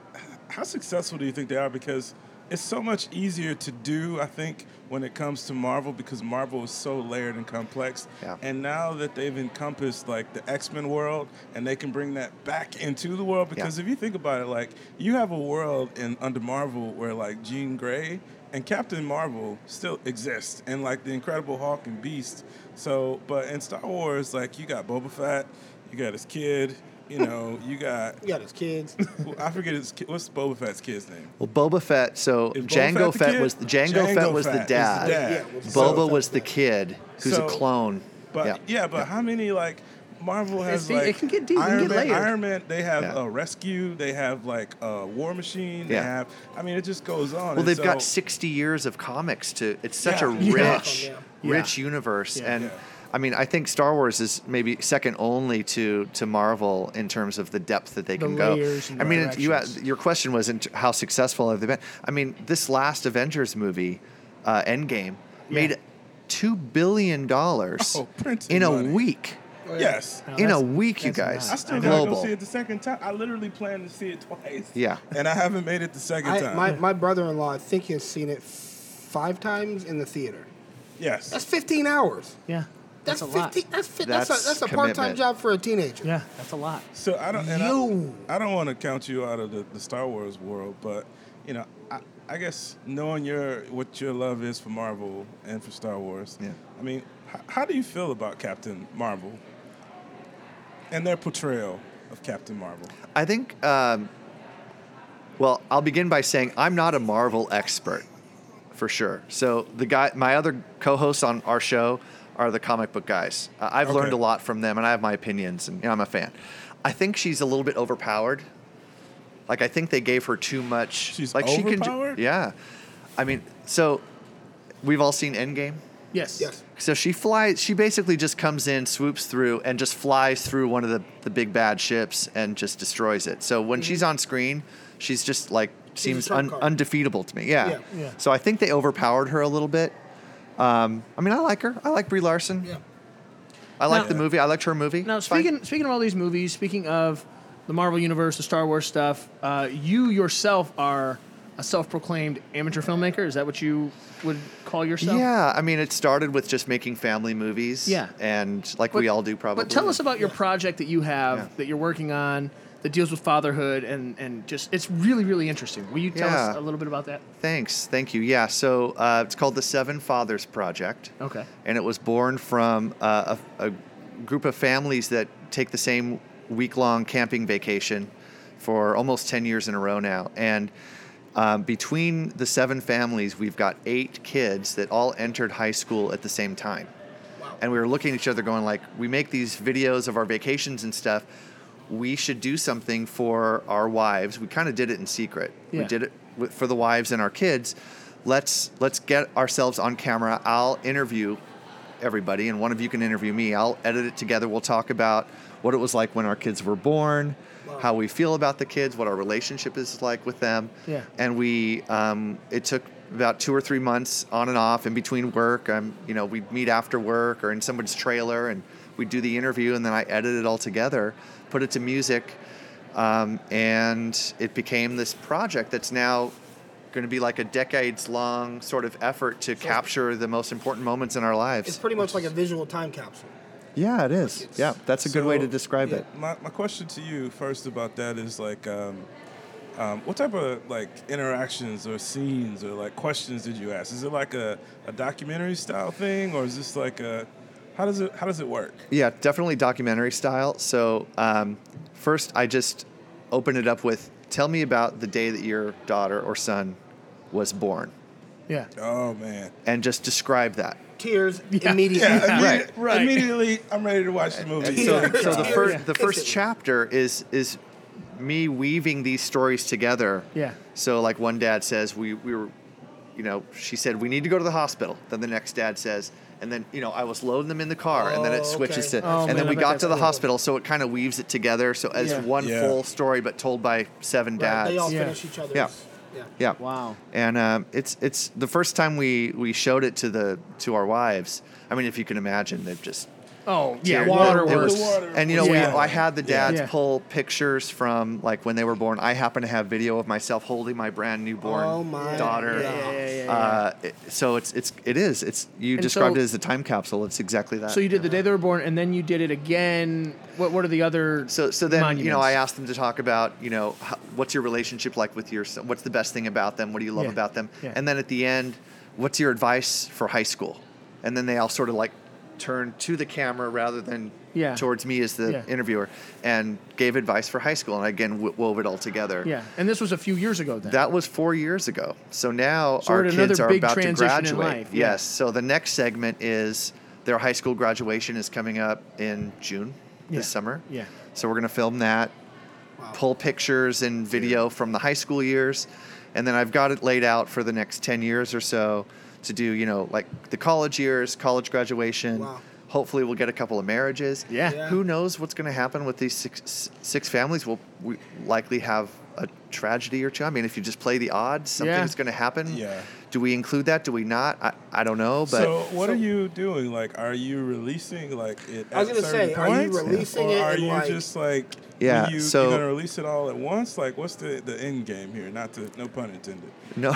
C: how successful do you think they are? Because it's so much easier to do, I think, when it comes to Marvel, because Marvel is so layered and complex.
D: Yeah.
C: And now that they've encompassed like the X Men world, and they can bring that back into the world, because if you think about it, like you have a world in under Marvel where like Jean Grey and Captain Marvel still exist, and like the Incredible Hulk and Beast. So, but in Star Wars, like you got Boba Fett, you got his kid, you know, you got
A: You got his kids.
C: well, I forget his ki- what's Boba Fett's kid's name.
D: Well, Boba Fett. So
C: Is Boba
D: Django
C: Fett the
D: Fett,
C: kid?
D: was Django,
C: Jango
D: Fett was
C: Fett
D: the
C: is the
D: dad.
C: dad. Yeah.
D: Boba
C: So-
D: was the kid, who's
C: So-
D: a clone.
C: But yeah,
D: yeah.
C: but how many like Marvel has
B: deep.
C: like
B: It can get deep. It can
C: Iron
B: get
C: Man.
B: layered.
C: Iron Man. They have
D: Yeah.
C: a rescue. They have like a War Machine. They
D: Yeah.
C: have. I mean, it just goes on.
D: Well,
C: and
D: they've
C: so-
D: got 60 years of comics to. It's such
C: Yeah.
D: a
C: Yeah.
D: rich,
B: Yeah.
D: rich universe,
B: Yeah.
D: and
C: Yeah.
D: I mean, I think Star Wars is maybe second only to to Marvel in terms of the depth that they
B: The
D: can go.
B: layers and
D: I mean, it- you
B: directions.
D: your question was in t- how successful have they been? I mean, this last Avengers movie, uh, Endgame, made two billion dollars
C: Oh, printing
D: in a
C: money.
D: week.
C: Yes.
B: Now
D: in a
B: that's-
D: week, you
B: that's
D: guys.
C: I
B: nuts.
C: still gotta go see it the second time. I literally planned to see it twice.
D: Yeah.
C: And I haven't made it the second
A: I,
C: time.
A: my my brother in law, I think he has seen it five times in the theater.
C: yes.
A: That's 15 hours.
B: Yeah. That's, a lot.
A: That's fi- that's
D: That's
A: a, that's a
D: commitment.
A: part-time job for a teenager.
B: Yeah, that's a lot.
C: So I don't. And
A: You.
C: I, I don't want to count you out of the, the Star Wars world, but you know, I, I guess knowing your what your love is for Marvel and for Star Wars.
D: Yeah.
C: I mean, h- how do you feel about Captain Marvel and their portrayal of Captain Marvel?
D: I think. Um, well, I'll begin by saying I'm not a Marvel expert, for sure. So the guy, my other co-hosts on our show, are the comic book guys. Uh, I've
C: Okay.
D: learned a lot from them, and I have my opinions, and you know, I'm a fan. I think she's a little bit overpowered. Like I think they gave her too much.
C: She's
D: like
C: overpowered?
D: yeah, I mean, so we've all seen Endgame.
B: Yes.
A: Yes.
D: So she flies. She basically just comes in, swoops through, and just flies through one of the, the big bad ships and just destroys it. So when she's on screen, she's just like seems
A: trump
D: un,
A: card.
D: undefeatable to me. Yeah.
A: Yeah,
B: yeah.
D: So I think they overpowered her a little bit. Um, I mean, I like her. I like Brie Larson.
A: Yeah.
D: I like
B: Now-
D: the movie. I liked her movie.
B: Now,
D: It's fine.
B: speaking speaking of all these movies, speaking of the Marvel Universe, the Star Wars stuff, uh, you yourself are a self-proclaimed amateur filmmaker. Is that what you would call yourself?
D: yeah, I mean, it started with just making family movies.
B: Yeah.
D: And like
B: But-
D: we all do, probably.
B: But tell us about your project that you have
D: Yeah.
B: that you're working on that deals with fatherhood and and just it's really really interesting. Will you tell us a
D: Yeah.
B: little bit about that?
D: Thanks. Thank you. Yeah. So uh, it's called the Seven Fathers Project.
B: Okay.
D: And it was born from uh, a, a group of families that take the same week long camping vacation for almost 10 years in a row now. And um, between the seven families, we've got eight kids that all entered high school at the same time. And we were looking at each other going like, we make these videos of our vacations and stuff. We should do something for our wives. We kind of did it in secret.
B: Yeah.
D: We did it wi- for the wives and our kids. Let's let's get ourselves on camera. I'll interview everybody, and one of you can interview me. I'll edit it together. We'll talk about what it was like when our kids were born, how we feel about the kids, what our relationship is like with them.
B: Yeah.
D: And we, um, it took about two or three months on and off in between work. Um, you know, we'd meet after work or in somebody's trailer, and we'd do the interview, and then I edit it all together, put it to music, um, and it became this project that's now going to be like a decades long sort of effort to capture the most important moments in our
A: It's
D: lives.
A: pretty much like a visual time capsule.
D: yeah, it is. Yeah, that's a good way
C: So,
D: to describe
A: yeah.
D: it.
C: My, my question to you first about that is like, um, um, what type of like interactions or scenes or like questions did you ask? Is it like a, a documentary style thing, or is this like a how does it how does it work?
D: Yeah, definitely documentary style. So um, first, I just open it up with, "Tell me about the day that your daughter or son was born,"
B: Yeah.
C: Oh man!
D: and just describe that.
A: Tears immediately.
C: Yeah,
D: Right,
C: immedi-
B: right.
C: Immediately, I'm ready to watch the movie.
D: So, so
A: Yeah.
D: the first the first
A: Instantly.
D: chapter is is me weaving these stories together.
B: Yeah.
D: So like one dad says we we were you know, she said we need to go to the hospital. Then the next dad says and then you know, I was loading them in the car and then
A: Oh,
D: it switches
A: okay.
D: to
B: Oh,
D: and
B: man,
D: then
B: I
D: we
B: bet
D: got
B: that's
D: to the
B: cool.
D: hospital so it kind of weaves it together so as
B: Yeah.
D: one
C: Yeah.
D: full story but told by seven
A: Right,
D: dads.
A: they all
B: Yeah.
A: finish each other's.
D: Yeah.
A: yeah.
D: Yeah.
B: Wow.
D: And um, it's it's the first time we we showed it to the to our wives. I mean, if you can imagine, they've just
B: Oh yeah.
D: tear-
B: Water
D: it
B: works.
D: was-
C: Water
D: And you know,
B: Yeah.
D: we, I had the dads
B: Yeah.
D: pull pictures from like when they were born. I happen to have video of myself holding my brand newborn
A: Oh, my God.
D: daughter.
B: Yeah, yeah, yeah, yeah.
D: Uh, it- so it's it's it is it's you
B: And
D: described
B: so-
D: it as a time capsule. It's exactly that.
B: So you did the day they were born, and then you did it again. What What are the other?
D: So, so then you know,
B: monuments?
D: I asked them to talk about you know how, what's your relationship like with your son? What's the best thing about them? What do you love
B: Yeah.
D: about them?
B: Yeah.
D: And then at the end, what's your advice for high school? And then they all sort of like turned to the camera rather than
B: Yeah.
D: towards me as the
B: Yeah.
D: interviewer and gave advice for high school. And I again w- wove it all together.
B: Yeah, and this was a few years ago. Then
D: That was four years ago. So now
B: So
D: our
B: we're at another
D: kids are
B: big
D: about to
B: transition in
D: graduate.
B: life, yeah.
D: Yes. So the next segment is their high school graduation is coming up in June
B: Yeah.
D: this summer.
B: Yeah.
D: So we're gonna film that, pull pictures and video from the high school years, and then I've got it laid out for the next ten years or so to do. You know, like the college years, college graduation.
A: Wow.
D: Hopefully, we'll get a couple of marriages.
B: Yeah.
A: Yeah.
D: Who knows what's going to happen with these six six families? We'll we likely have a tragedy or two. I mean, if you just play the odds,
B: Yeah.
D: something's going to happen.
C: Yeah.
D: Do we include that? Do we not? I, I don't know. But
C: so what are you doing? Like, are you releasing like it?
A: I was
C: at
A: gonna
C: certain
A: say, are you
C: points?
A: releasing
C: or
A: it
C: Are
A: in,
C: you
A: like-
C: just like
D: Yeah,
C: You,
D: so-
C: you're gonna release it all at once? Like, what's the the end game here? Not to no pun intended.
D: No,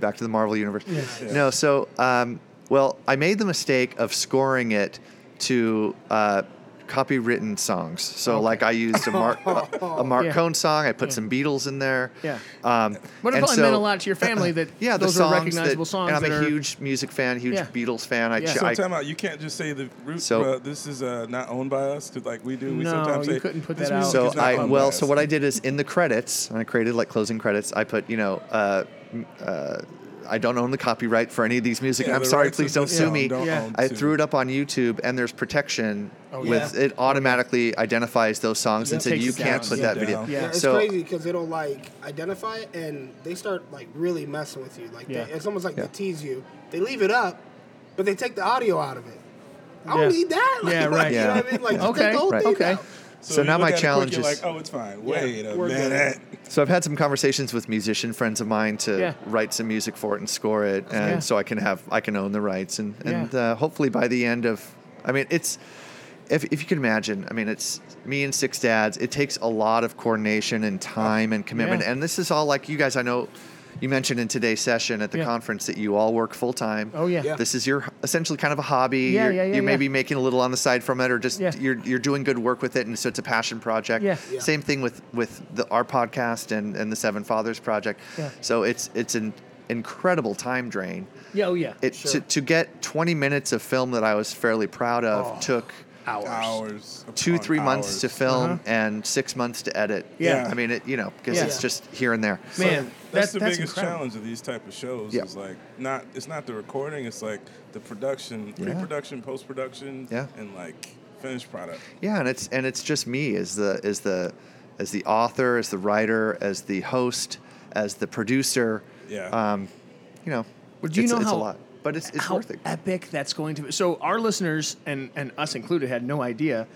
D: back to the Marvel universe. No, so um, well, I made the mistake of scoring it to uh, copywritten songs. So like I used a Mark a Mark
B: Yeah.
D: Cohn song. I put
B: Yeah.
D: some Beatles in there.
B: Yeah.
D: Um,
B: But it
D: and
B: probably meant a lot to your family that
D: Yeah,
B: those
D: the songs
B: are recognizable
D: that,
B: songs.
D: And I'm
B: that
D: a
B: are-
D: huge music fan, huge
B: Yeah.
D: Beatles fan. I,
B: Yeah.
D: ch-
B: So
D: I
C: So time out. You can't just say the root.
D: So-
C: uh, this is uh, not owned by us because like we do. We
B: No,
C: sometimes
B: you
C: say,
B: couldn't put
C: this
B: that out.
C: music
D: so
C: is not
D: I
C: owned by
D: well,
C: us.
D: so what I did is in the credits, and I created like closing credits. I put you know. Uh, m- uh, I don't own the copyright for any of these music.
C: Yeah,
D: and I'm
C: the
D: sorry,
C: rights of
D: please don't
C: this
D: sue
C: song
D: me.
C: don't
B: Yeah.
C: own
D: I
C: to-
D: threw it up on YouTube, and there's protection
B: Oh,
D: with
A: yeah.
D: it automatically identifies those songs and
A: Yeah.
D: said
B: Takes
D: you
B: it
D: can't
B: down.
D: put
B: Yeah.
D: that video.
C: Down.
B: Yeah.
A: Yeah, it's
D: So
A: crazy because it'll like identify it and they start like really messing with you. Like
B: Yeah.
A: they, it's almost like
D: Yeah.
A: they tease you. They leave it up, but they take the audio out of it. I don't
B: Yeah.
A: need that. Like,
B: Yeah, right.
A: You know what I
D: Yeah.
A: mean? Like just take
B: Okay.
A: the whole
D: Right.
A: thing
B: Okay.
A: out.
D: So now
C: you look
D: my
C: at it quick,
D: challenge
C: you're
D: is-
C: like, oh, it's fine. Wait a
A: we're good.
C: minute.
D: so I've had some conversations with musician friends of mine to
B: Yeah.
D: write some music for it and score it, and
B: Yeah.
D: so I can have I can own the rights and and
B: Yeah.
D: uh, hopefully by the end of I mean it's. If, if you can imagine, I mean, it's me and six dads. It takes a lot of coordination and time and commitment.
B: Yeah.
D: And this is all like you guys. I know you mentioned in today's session at the
B: Yeah.
D: conference that you all work full time.
B: Oh, yeah. Yeah.
D: This is your essentially kind of a hobby.
B: Yeah,
D: you're,
B: yeah, yeah,
D: you may
B: yeah.
D: be making a little on the side from it, or just
B: Yeah.
D: you're you're doing good work with it, and so it's a passion project.
B: Yeah.
A: Yeah.
D: Same thing with with the, our podcast and and the Seven Fathers project.
B: Yeah.
D: So it's it's an incredible time drain.
B: Yeah, oh yeah.
D: It to, to get 20 minutes of film that I was fairly proud of took
B: Oh, hours. Uh-huh.
C: Hours.
D: two
C: upon
D: three months to
C: hours.
D: film and six months to edit.
B: Yeah.
D: I mean it. You know because
B: Yeah.
D: it's just here and there.
B: Man,
C: That's
B: that's
C: the biggest
B: incredible.
C: challenge of these type of shows.
D: Yeah.
C: Is like not it's not the recording. It's like the production, pre-production, post-production,
D: Yeah.
C: and like finished product.
D: Yeah, and it's and it's just me as the as the as the author, as the writer, as the host, as the producer.
C: Yeah.
D: Um, you know,
B: Well, do you
D: it's,
B: know
D: it's
B: how
D: a lot. but it's, it's
B: how
D: worth it.
B: epic that's going to be. So our listeners and and us included had no idea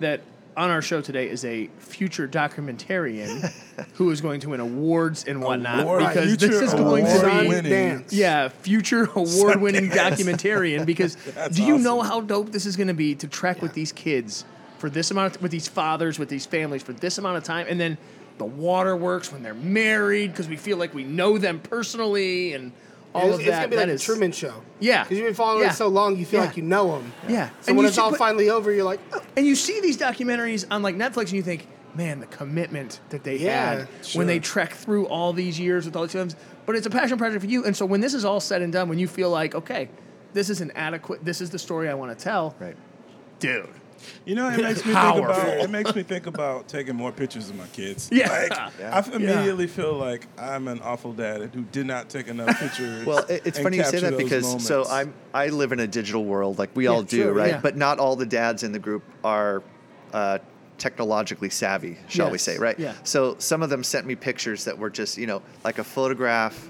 B: that on our show today is a future documentarian who is going to win awards and whatnot
C: Award-
B: because this
C: future
B: is going to
C: award
B: be
A: Design
C: winning.
A: dance.
B: yeah, future award winning documentarian. Because
C: That's
B: do you
C: awesome.
B: know how dope this is going to be to trek with these kids for this amount, of, with these fathers, with these families for this amount of time, and then the waterworks when they're married because we feel like we know them personally and all
A: it's,
B: of
A: it's
B: that.
A: gonna be
B: That
A: like
B: is-
A: a Truman Show.
B: Yeah.
A: Because you've been following
B: Yeah.
A: it so long, you feel
B: Yeah.
A: like you know him.
B: Yeah.
A: So
B: And
A: when
B: you
A: it's
B: should-
A: all
B: but-
A: finally over, you're like, oh,
B: And you see these documentaries on like Netflix, and you think, man, the commitment that they
A: Yeah,
B: had
A: sure.
B: when they trek through all these years with all these films. But it's a passion project for you, and so when this is all said and done, when you feel like, okay, this is an adequate, this is the story I want to tell,
D: Right.
B: dude.
C: You know, it makes me think
B: Powerful.
C: about it makes me think about taking more pictures of my kids.
B: Yeah.
C: Like,
D: Yeah.
C: I f- immediately feel like I'm an awful dad who did not take enough pictures.
D: Well, it, it's
C: and
D: funny you say
C: capture
D: that
C: those
D: because so
C: moments.
D: I'm I live in a digital world like we all do,
B: sure,
D: right?
B: yeah.
D: But not all the dads in the group are uh, technologically savvy, shall we
B: Yes,
D: say, right?
B: yeah.
D: So some of them sent me pictures that were just you know like a photograph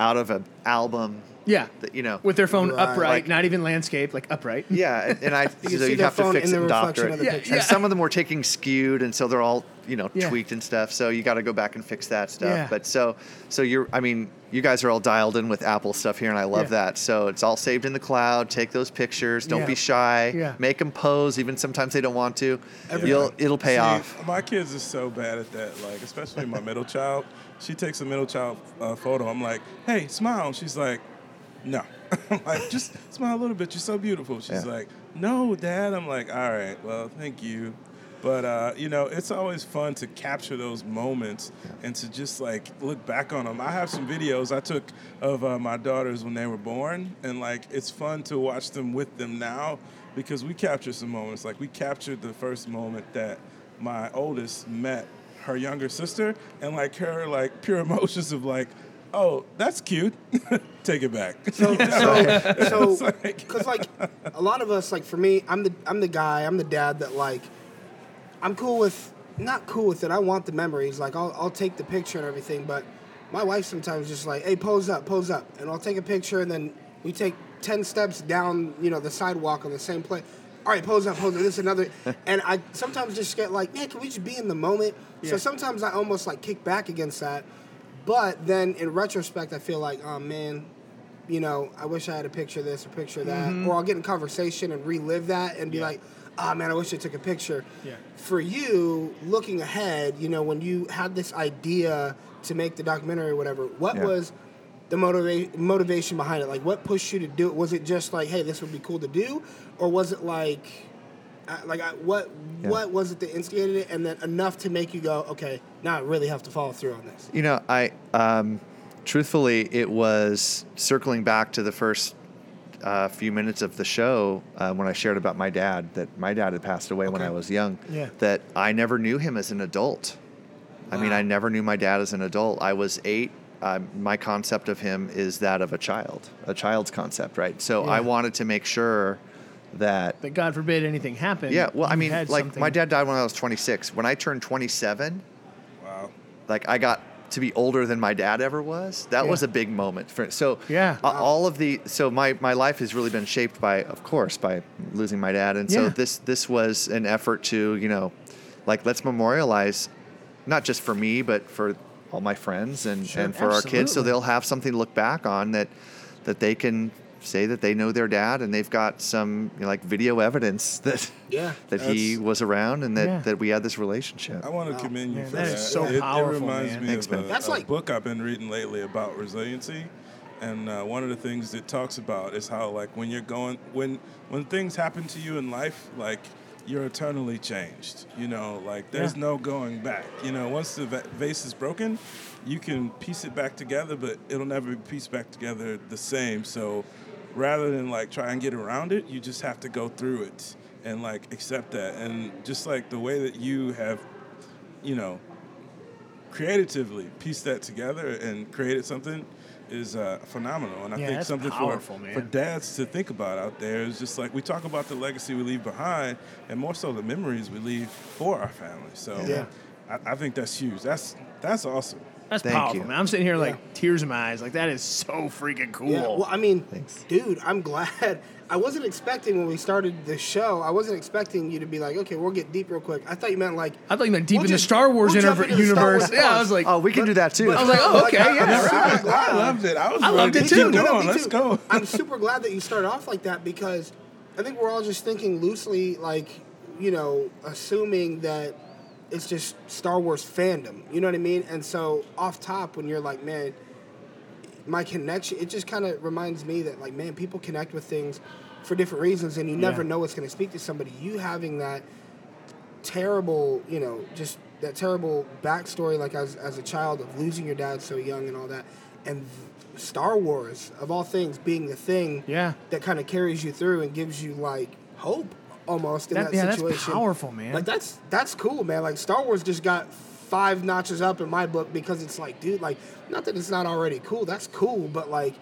D: out of an album.
B: Yeah,
D: That, you know.
B: with their phone
A: Right.
B: upright,
D: Like-
B: not even landscape, like upright.
D: yeah, and, and I
A: can
D: so
A: see
D: you'd
A: their
D: have to
A: phone
D: fix
A: in
D: it
A: the
D: and doctor
A: reflection
D: it.
A: of the Yeah,
B: picture. yeah.
D: And some of them were taking skewed, and so they're all you know
B: Yeah.
D: tweaked and stuff. So you got to go back and fix that stuff.
B: Yeah.
D: But so so you're I mean you guys are all dialed in with Apple stuff here, and I love
B: Yeah.
D: that. So it's all saved in the cloud. Take those pictures. Don't
B: Yeah.
D: be shy.
B: Yeah.
D: Make them pose, even sometimes they don't want to.
A: Everything.
D: You'll it'll pay
C: See,
D: off.
C: My kids are so bad at that. Like, especially my middle child. She takes a middle child uh, photo. I'm like, hey, smile. She's like, no. I'm like, just smile a little bit. You're so beautiful. She's
D: Yeah.
C: like, no, dad. I'm like, all right, well, thank you. But, uh, you know, it's always fun to capture those moments and to just like look back on them. I have some videos I took of uh, my daughters when they were born, and like it's fun to watch them with them now because we captured some moments. Like, we captured the first moment that my oldest met her younger sister and like her like pure emotions of like oh that's cute take it back
A: so so
C: It's
A: so
C: like-
A: because like a lot of us like for me i'm the i'm the guy i'm the dad that like i'm cool with not cool with it i want the memories like i'll, I'll take the picture and everything but my wife sometimes just like hey pose up pose up and i'll take a picture and then we take 10 steps down you know the sidewalk on the same place all right pose up pose up this is another and i sometimes just get like man can we just be in the moment so sometimes i almost like kick back against that but then in retrospect i feel like oh man you know, I wish I had a picture of this, a picture of that, or I'll get in conversation and relive that and be like, ah, man, I wish I took a picture.
B: Yeah.
A: For you, looking ahead, you know, when you had this idea to make the documentary or whatever, what
D: Yeah.
A: was the motiva- motivation behind it? Like, what pushed you to do it? Was it just like, hey, this would be cool to do, or was it like, I- like, I, what
D: Yeah.
A: what was it that instigated it, and then enough to make you go, okay, now I really have to follow through on this.
D: You know, I um, truthfully, it was circling back to the first uh, few minutes of the show uh, when I shared about my dad that my dad had passed away when I was young.
B: Yeah.
D: That I never knew him as an adult. I mean, I never knew my dad as an adult. I was eight. Uh, my concept of him is that of a child, a child's concept, right? So I wanted to make sure that
B: That God forbid anything happened.
D: yeah. Well, I
B: you
D: mean,
B: had
D: like
B: something-
D: my dad died when I was 26. When I turned 27,
C: wow
D: like I got to be older than my dad ever was. That
B: Yeah.
D: was a big moment for so
B: Yeah.
D: a- all of the so my my life has really been shaped by of course by losing my dad and so
B: Yeah.
D: this this was an effort to you know like let's memorialize not just for me but for all my friends and
B: Sure,
D: and for our kids so
B: absolutely.
D: they'll have something to look back on that that they can say that they know their dad and they've got some you know, like video evidence that
A: Yeah.
D: that he
C: That's-
D: was around and that
B: Yeah.
D: that we had this relationship
C: i want to commend you
B: Man,
C: for
B: that
C: that,
B: is so
C: it,
B: powerful,
C: it reminds
B: man.
C: me
D: Thanks,
C: of a,
D: man.
A: That's
C: a
A: like-
C: book i've been reading lately about resiliency and uh, one of the things it talks about is how like when you're going when when things happen to you in life like you're eternally changed you know like there's
B: Yeah.
C: no going back you know once the va- vase is broken you can piece it back together but it'll never be pieced back together the same so rather than like try and get around it, you just have to go through it and like accept that. And just like the way that you have, you know, creatively pieced that together and created something is uh, phenomenal. And I
B: Yeah,
C: think
B: that's
C: something
B: powerful,
C: for,
B: man.
C: for dads to think about out there is just like we talk about the legacy we leave behind and more so the memories we leave for our family. So
A: Yeah.
C: I, I think that's huge. That's that's awesome.
B: That's
D: Thank
B: powerful,
D: you.
B: man. I'm sitting here like tears in my eyes. Like that is so freaking cool.
A: Yeah, well, I mean,
D: Thanks.
A: dude, I'm glad. I wasn't expecting when we started the show. I wasn't expecting you to be like, okay, we'll get deep real quick. I thought you meant like.
B: I thought you meant deep
A: we'll
B: in the
A: just-
B: Star Wars
A: we'll jump
B: univer-
A: into the Star Wars
B: universe. yeah, I
A: first.
B: was like,
D: Oh, we can do that too.
B: I was like, oh, okay,
A: I'm
B: yeah,
A: not-
B: right.
A: I'm glad.
C: I loved it. I was
B: I
C: ready
B: loved
C: to
B: it
C: keep
B: too. No,
A: No,
C: going.
A: me
C: Let's
A: too.
C: go.
A: I'm super glad that you started off like that because I think we're all just thinking loosely, like, you know, assuming that it's just Star Wars fandom. You know what I mean? And so, off top, when you're like, man, my connection, it just kind of reminds me that, like, man, people connect with things for different reasons and you never
B: Yeah.
A: know what's going to speak to somebody. You having that terrible, you know, just that terrible backstory, like as, as a child of losing your dad so young and all that, and Star Wars of all things being the thing
B: Yeah.
A: that kind of carries you through and gives you like hope almost in
B: That-
A: that,
B: yeah, that's
A: situation.
B: powerful, man.
A: Like that's that's cool, man. Like Star Wars just got five notches up in my book because it's like, dude, like not that it's not already cool. That's cool, but like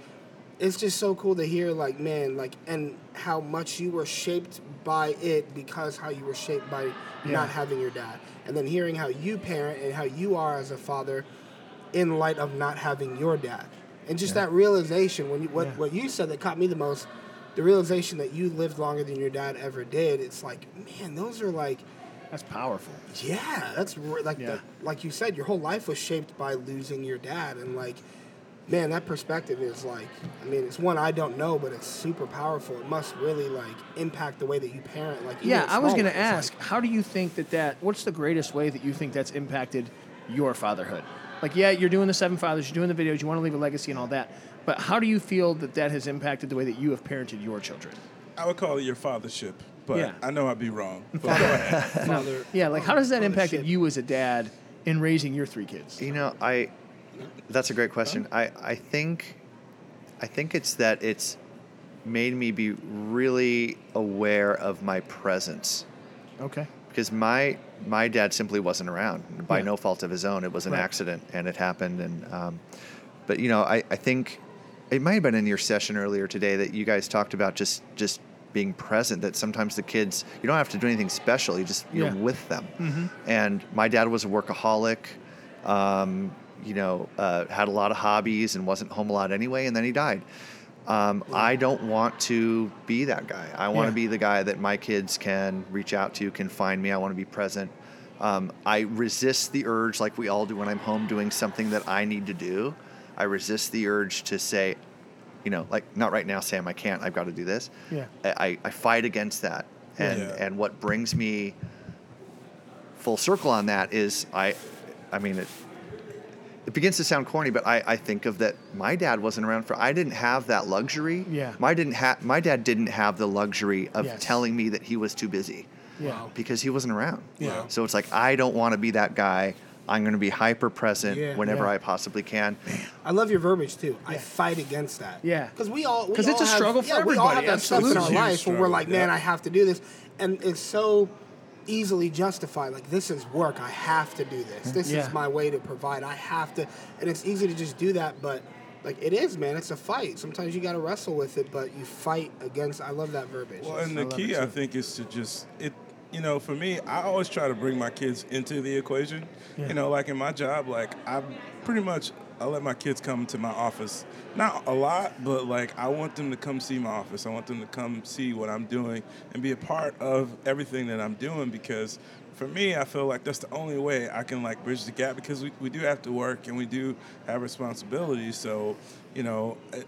A: it's just so cool to hear like man like and how much you were shaped by it because how you were shaped by not having your dad and then hearing how you parent and how you are as a father in light of not having your dad and just that realization when you what, what you said that caught me the most the realization that you lived longer than your dad ever did it's like man those are like
B: that's powerful.
A: yeah, that's re- like
B: Yeah.
A: The, like you said, your whole life was shaped by losing your dad, and like, man, that perspective is like, I mean, it's one I don't know, but it's super powerful. It must really like impact the way that you parent. Like, even
B: Yeah,
A: in
B: I was
A: small
B: going to
A: ways, like-
B: ask, how do you think that that? What's the greatest way that you think that's impacted your fatherhood? Like, yeah, you're doing the Seven Fathers, you're doing the videos, you want to leave a legacy and all that, but how do you feel that that has impacted the way that you have parented your children?
C: I would call it your fathership, but
B: Yeah.
C: I know I'd be wrong. But go ahead.
A: father.
B: Yeah, like how does that
A: father
B: impact
A: ship.
B: you as a dad in raising your three kids?
D: You know, I that's a great question. I, I think I think it's that it's made me be really aware of my presence
B: Okay.
D: because my my dad simply wasn't around by
B: Yeah.
D: no fault of his own. It was an
B: Right.
D: accident and it happened. And um, but you know, I, I think it might have been in your session earlier today that you guys talked about just just being present. That sometimes the kids you don't have to do anything special. You just you're
B: Yeah. Mm-hmm.
D: with them. And my dad was a workaholic. Um, you know, uh, had a lot of hobbies and wasn't home a lot anyway. And then he died. Um, I don't want to be that guy. I want to
B: Yeah.
D: be the guy that my kids can reach out to, can find me. I want to be present. Um, I resist the urge, like we all do when I'm home doing something that I need to do. I resist the urge to say, you know, like, not right now, Sam, I can't, I've got to do this.
B: Yeah.
D: I, I, I fight against that. And,
C: Yeah.
D: and what brings me full circle on that is I, I mean, it, it begins to sound corny, but I, I think of that my dad wasn't around for I didn't have that luxury.
B: Yeah.
D: My didn't have my dad didn't have the luxury of
B: Yes.
D: telling me that he was too busy
B: Yeah.
D: because he wasn't around.
C: Yeah.
D: So it's like I don't want to be that guy. I'm going to be hyper present
A: Yeah.
D: whenever
B: Yeah.
D: I possibly can.
A: I love your verbiage too. I fight against that.
B: Yeah.
A: because we all
B: 'Cause
A: because
B: it's a struggle for
A: yeah, We all have
B: everybody,
A: that stuff in our
B: absolutely.
A: life where we're
C: Huge
A: like,
C: struggle,
A: man,
C: yeah.
A: I have to do this, and it's so easily justified. Like this is work. I have to do this. This
B: Mm-hmm. Yeah.
A: is my way to provide. I have to, and it's easy to just do that, but. Like it is, man. It's a fight. Sometimes you got to wrestle with it, but you fight against. I love that verbiage.
C: Well, and the
B: love it
C: key
B: too.
C: I think is to just it. You know, for me, I always try to bring my kids into the equation. You know, like in my job, like I pretty much I let my kids come to my office. Not a lot, but like I want them to come see my office. I want them to come see what I'm doing and be a part of everything that I'm doing because for me, I feel like that's the only way I can like bridge the gap because we, we do have to work and we do have responsibilities. So, you know, it-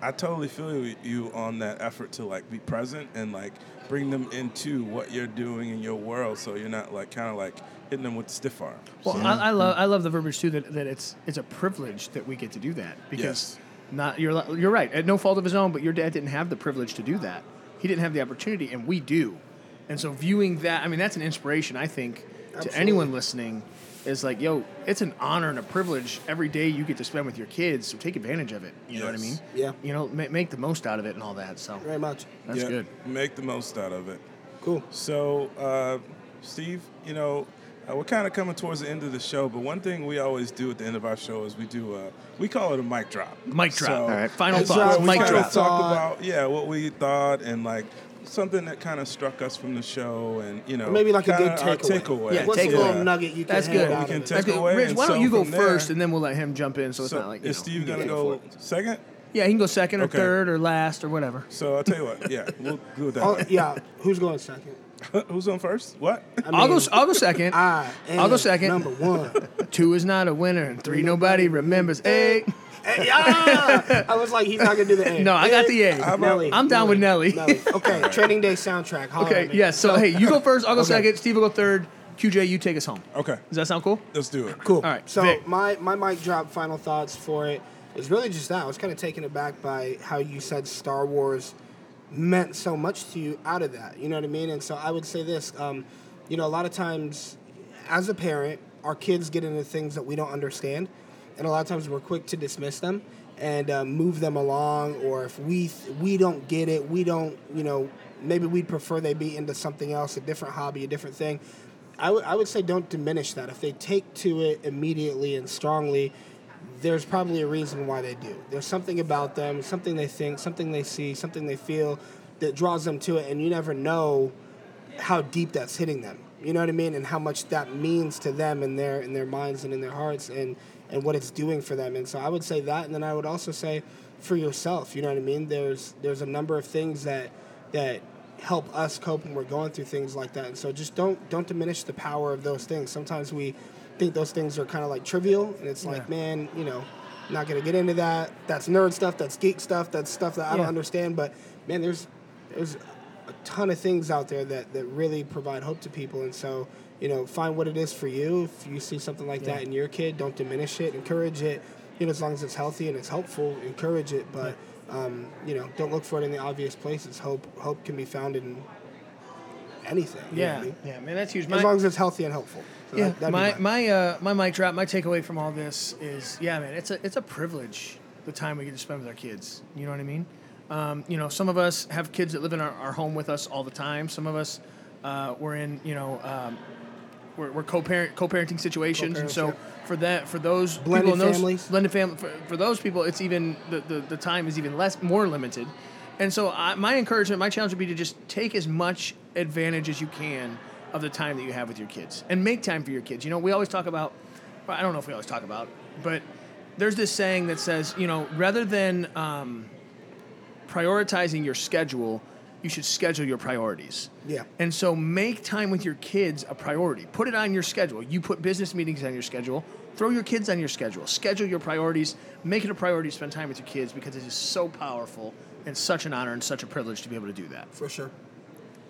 C: I totally feel you on that effort to like be present and like bring them into what you're doing in your world, so you're not like kind of like hitting them with the stiff arm.
B: Well, I, I love I love the verbiage too that, that it's it's a privilege that we get to do that because
C: Yes.
B: not you're li- you're right at no fault of his own, but your dad didn't have the privilege to do that. He didn't have the opportunity, and we do. And so viewing that, I mean, that's an inspiration. I think to
A: Absolutely.
B: anyone listening is like, yo, it's an honor and a privilege every day you get to spend with your kids. So take advantage of it. You know what I
C: Yes.
B: mean?
A: Yeah.
B: You know, ma- make the most out of it and all that. So
A: Very much.
B: that's
C: Yeah,
B: good.
C: Make the most out of it.
A: Cool.
C: So, uh, Steve, you know, uh, we're kind of coming towards the end of the show, but one thing we always do at the end of our show is we do a, we call it a mic drop.
B: Mic drop.
C: So-
B: All right. Final
C: It's
B: thoughts.
C: where we
B: Mic
C: kinda
B: drop.
C: Talk about yeah, what we thought and like something that kind of struck us from the show, and you know,
A: Maybe like a good
C: kinda our
A: takeaway.
C: takeaway.
B: Yeah,
A: What's a
B: take
A: little
B: away.
A: nugget you can
B: That's
A: hang
B: good.
A: out
C: We can
A: of it?
C: take-
B: That's good.
C: away,
B: Rich,
C: and
B: why don't
C: so
B: you go
C: from there-
B: first, and then we'll let him jump in, so it's
C: So
B: not like you
C: is
B: know,
C: Steve
B: you
C: gonna
B: get
C: go
B: flipped.
C: second?
B: Yeah, he can go second or
C: Okay.
B: third or last or whatever.
C: So I'll tell you what. Yeah, we'll do it that
A: Oh,
C: way.
A: yeah, who's going second?
C: Who's on first? What?
A: I
B: I will
A: mean,
B: go. I'll go second.
A: I
B: I'll go
A: am
B: second.
A: Number one.
B: Two is not a winner, and three nobody remembers. Hey,
A: Hey, ah! I was like, he's not gonna do the A.
B: no, I got the
C: How
B: A.
C: about-
A: Nelly.
B: I'm down with Nelly.
A: Nelly. Okay, Training Day soundtrack. holler
B: Okay,
A: at me.
B: yeah. So hey, you go first. I'll go
A: Okay.
B: second. Steve will go third. QJ, you take us home.
C: Okay,
B: Does that sound cool?
C: let's do it.
A: Cool.
B: All right,
A: So
B: Vic.
A: my my mic drop final thoughts for it is really just that. I was kind of taken aback by how you said Star Wars meant so much to you out of that. You know what I mean? And so I would say this. Um, you know, a lot of times, as a parent, our kids get into things that we don't understand, and a lot of times we're quick to dismiss them and uh, move them along. Or if we we don't get it, we don't. You know, maybe we'd prefer they be into something else, a different hobby, a different thing. I would- I would say don't diminish that. If they take to it immediately and strongly, there's probably a reason why they do. There's something about them, something they think, something they see, something they feel that draws them to it, and you never know how deep that's hitting them. You know what I mean, and how much that means to them in their in their minds and in their hearts, and and what it's doing for them. And so I would say that, and then I would also say for yourself. You know what I mean? There's there's a number of things that that help us cope when we're going through things like that. And so just don't don't diminish the power of those things. Sometimes we think those things are kind of like trivial, and it's like,
B: Yeah.
A: man, you know, not gonna get into that. That's nerd stuff. That's geek stuff. That's stuff that I don't
B: Yeah.
A: understand. But man, there's there's a ton of things out there that, that really provide hope to people. And so, you know, find what it is for you. If you see something like that in your kid, don't diminish it. Encourage it. You know, as long as it's healthy and it's helpful, encourage it. But um, you know, don't look for it in the obvious places. Hope hope can be found in anything. you know what I
B: Yeah,
A: mean?
B: yeah, man, that's huge.
A: As
B: My-
A: long as it's healthy and helpful. So
B: yeah,
A: that- that'd be
B: my
A: mine.
B: my uh, my mic drop. My takeaway from all this is, yeah, man, it's a it's a privilege the time we get to spend with our kids. You know what I mean? Um, you know, some of us have kids that live in our, our home with us all the time. Some of us uh, we're in, you know, um, we're, we're co-parent co-parenting situations, and so
A: Co-parents,
B: for that for those
A: Blended
B: people in those,
A: families.
B: blended family for, for those people, it's even the, the the time is even less more limited. And so I, my encouragement, my challenge would be to just take as much advantage as you can of the time that you have with your kids, and make time for your kids. You know, we always talk about. well, I don't know if we always talk about, but there's this saying that says, you know, rather than um, prioritizing your schedule, you should schedule your priorities.
A: Yeah.
B: And so make time with your kids a priority. Put it on your schedule. You put business meetings on your schedule. Throw your kids on your schedule. Schedule your priorities. Make it a priority to spend time with your kids because it is so powerful and such an honor and such a privilege to be able to do that.
A: for sure,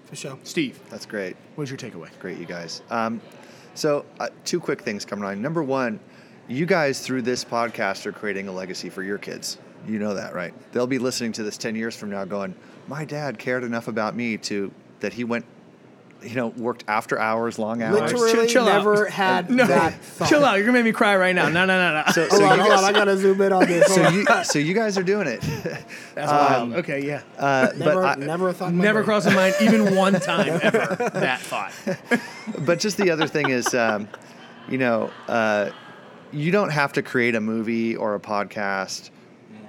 A: for sure.
B: Steve,
D: That's great.
B: what's your takeaway?
D: great, you guys. Um, so, uh, two quick things come to mind. Number one, you guys through this podcast are creating a legacy for your kids. You know that, right? They'll be listening to this ten years from now, going, "My dad cared enough about me to that he went, you know, worked after hours, long hours."
A: Literally
B: Chill- chill out.
A: never had
B: No,
A: that thought.
B: chill out. You're gonna make me cry right now. No, no, no, no.
D: So, so
A: Hold on,
D: you
A: hold
D: guys,
A: on. I gotta zoom in on this.
D: so
A: Hold on.
D: you, so you guys are doing it.
B: That's wild. Okay, yeah.
D: Uh,
A: never,
D: but I-
A: never a thought. in my
B: Never
A: brain.
B: crossed my mind even one time ever that thought.
D: but just the other thing is, um, you know, uh, you don't have to create a movie or a podcast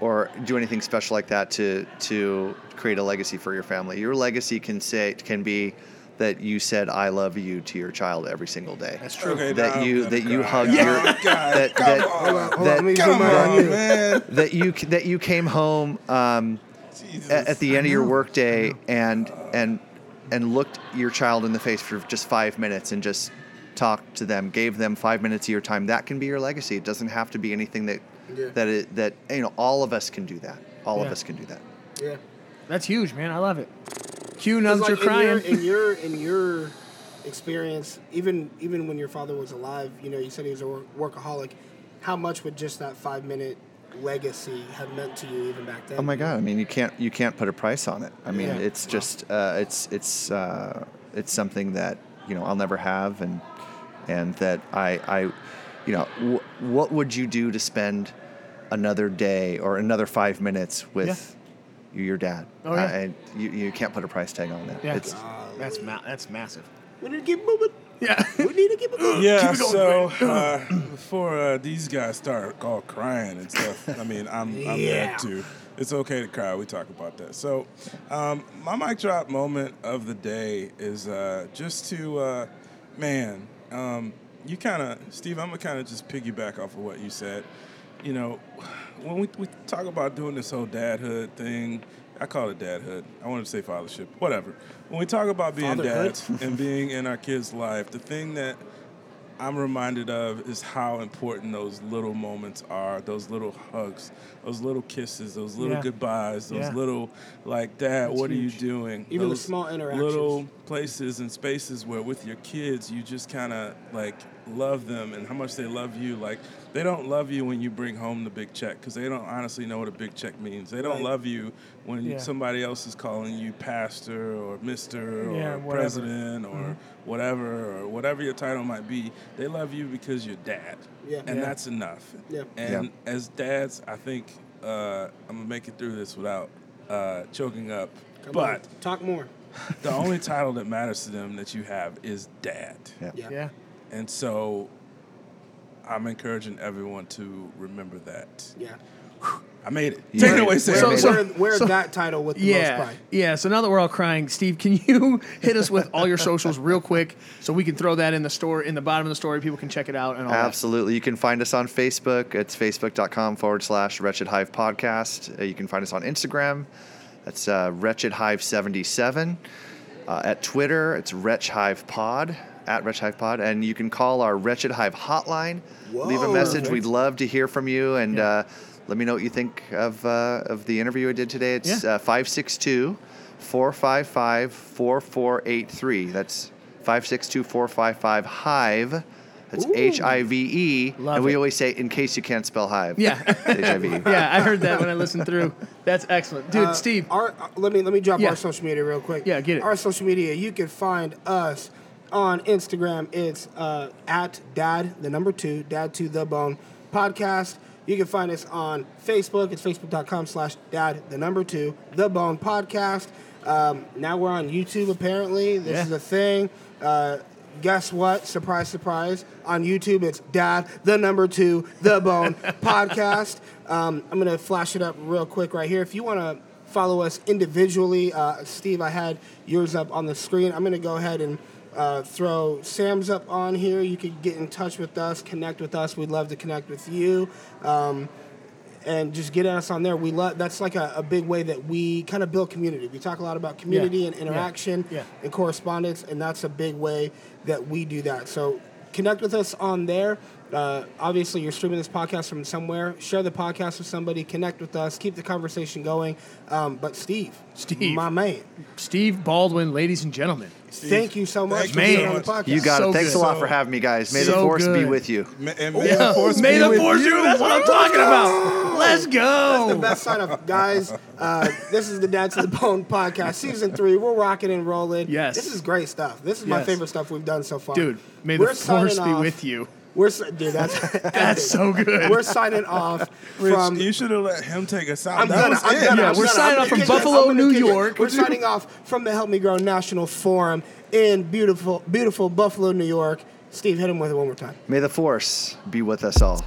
D: or do anything special like that to to create a legacy for your family. Your legacy can say can be that you said "I love you" to your child every single day.
B: That's true.
C: Okay,
D: That
C: now
D: you-
C: I'm
D: that
C: gonna
D: you
C: cry.
D: hug
C: Oh,
D: your-
C: God,
D: that-
C: come
D: that-
C: on,
A: Hold on, let me
D: That-
A: zoom
C: come
A: in on
C: on,
A: you.
C: man.
D: That you c- that you came home. Um,
C: Jesus.
D: at, at the end of your workday and and and looked your child in the face for just five minutes and just talked to them, gave them five minutes of your time. That can be your legacy. It doesn't have to be anything that
A: Yeah.
D: that it, that you know. All of us can do that. All
B: Yeah.
D: of us can do that.
A: Yeah.
B: That's huge, man. I love it. Q, now
A: 'Cause,
B: that you're
A: like,
B: crying.
A: In your, in your in your experience, even even when your father was alive, you know, you said he was a wor- workaholic. How much would just that five minute legacy have meant to you even back then?
D: Oh my God! I mean, you can't you can't put a price on it. I mean,
A: Yeah.
D: it's just uh, it's it's uh, it's something that you know I'll never have, and and that I I, you know, w- what would you do to spend another day or another five minutes with you, your dad?
B: Oh, yeah.
D: I, I- you, you can't put a price tag on that.
B: yeah,
D: It's,
B: that's ma- that's massive.
A: We need to keep moving.
B: Yeah.
A: We need to keep it moving.
C: Yeah,
B: Keep it going,
C: so uh, before uh, these guys start all crying and stuff, I mean, I'm, I'm
A: Yeah.
C: there too. it's okay to cry. We talk about that. So, um, my mic drop moment of the day is uh, just to, uh, man, um, you kind of, Steve, I'm going to kind of just piggyback off of what you said. You know, when we, we talk about doing this whole dadhood thing, I call it dadhood. I wanted to say fathership, whatever. When we talk about being
A: Fatherhood?
C: dads and being in our kids' life, the thing that I'm reminded of is how important those little moments are, those little hugs, those little kisses, those little
B: Yeah.
C: goodbyes, those
B: Yeah.
C: little like dad, what are
B: huge.
C: you doing?
A: Even the
C: Those
A: small interactions.
C: Little places and spaces where with your kids you just kind of like love them and how much they love you. Like they don't love you when you bring home the big check because they don't honestly know what a big check means. They don't
A: Right.
C: love you when
B: Yeah.
C: somebody else is calling you pastor or mister
B: Yeah,
C: or
B: whatever.
C: president in or
A: Mm-hmm.
C: whatever or whatever your title might be, they love you because you're dad.
A: Yeah.
C: And
A: Yeah.
C: that's enough.
A: Yeah.
C: And
D: Yeah.
C: as dads, I think uh, I'm gonna make it through this without uh, choking up.
A: Come
C: but
A: on, talk more.
C: the only title that matters to them that you have is dad.
D: Yeah.
A: Yeah.
B: Yeah.
C: And so I'm encouraging everyone to remember that.
A: Yeah.
C: I made it.
D: You
C: Take it
D: made it.
C: away,
A: Wear,
C: Sarah.
B: So- so-
A: wear- wear that title with the most
B: Yeah,
A: pride.
B: yeah. So now that we're all crying, Steve, can you hit us with all your socials real quick so we can throw that in the store, in the bottom of the story, people can check it out and all that.
D: Absolutely. You can find us on Facebook. It's facebook.com forward slash wretched hive podcast. Uh, you can find us on Instagram. That's uh, wretched hive 77. Uh, at Twitter, it's wretch hive pod, at wretch hive pod. And you can call our wretched hive hotline. Leave a
A: Whoa.
D: message. We'd love to hear from you. And uh, let me know what you think of, uh, of the interview I did today. It's
B: Yeah.
D: uh, 562 455 4483. That's 562 455 hive. That's
A: Ooh.
D: H I V E.
B: Love
D: And we
B: it.
D: always say, in case you can't spell hive.
B: Yeah.
D: H I V E.
B: Yeah, I heard that when I listened through. That's excellent, dude.
A: Uh,
B: Steve,
A: Our, uh, let me let me drop
B: Yeah.
A: our social media real quick.
B: Yeah, get it.
A: Our social media. You can find us on Instagram. It's uh, at dad the number two dad to the bone podcast. You can find us on Facebook. It's facebook.com slash dad the number two the bone podcast. Um, now we're on YouTube. Apparently, this
B: Yeah.
A: is a thing. Uh, Guess what? Surprise, surprise. On YouTube, it's Dad, the number two, The Bone podcast. Um, I'm going to flash it up real quick right here. If you want to follow us individually, uh, Steve, I had yours up on the screen. I'm going to go ahead and uh, throw Sam's up on here. You can get in touch with us, connect with us. We'd love to connect with you. Um, and just get us on there. We love that's like a, a big way that we kind of build community. We talk a lot about community
B: Yeah.
A: and
B: Yeah.
A: interaction
B: Yeah.
A: and correspondence, and that's a big way that we do that. So connect with us on there. Uh, obviously, you're streaming this podcast from somewhere. Share the podcast with somebody. Connect with us. Keep the conversation going. Um, but Steve,
B: Steve.
A: my man,
B: Steve Baldwin, ladies and gentlemen.
A: thank you so much
C: Thank
A: for
B: you
A: being
B: so
A: on the
C: much.
A: podcast.
D: You got
B: So
D: it. Thanks
B: good.
D: a lot for having me, guys. May the
B: So
D: force be
B: good.
D: with you.
C: Ma- and may the force
B: Oh, May
C: be
B: the
C: with
B: force
C: you.
B: you. That's what I'm talking about. Let's go.
A: the best sign up, guys. Uh, this is the Dad to the Bone podcast, season three. We're rocking and rolling.
B: Yes.
A: this is great stuff. This is my
B: Yes.
A: favorite stuff we've done so far,
B: Dude, may
A: We're
B: the force
A: signing
B: be
A: off.
B: with you.
A: We're si- dude, that's
B: That's so good.
A: We're signing off
C: Rich,
A: from.
C: you should have let him take us out.
A: I'm
C: that
A: gonna,
C: was
A: I'm
C: it.
A: gonna,
B: Yeah,
A: I'm
B: we're
A: gonna-
B: signing
A: I'm
B: off from
A: gonna kick it. I'm
B: Buffalo,
A: gonna
B: New
A: kick it.
B: York.
A: We're signing off from the Help Me Grow National Forum in beautiful, beautiful Buffalo, New York. Steve, hit him with it one more time.
D: May the force be with us all.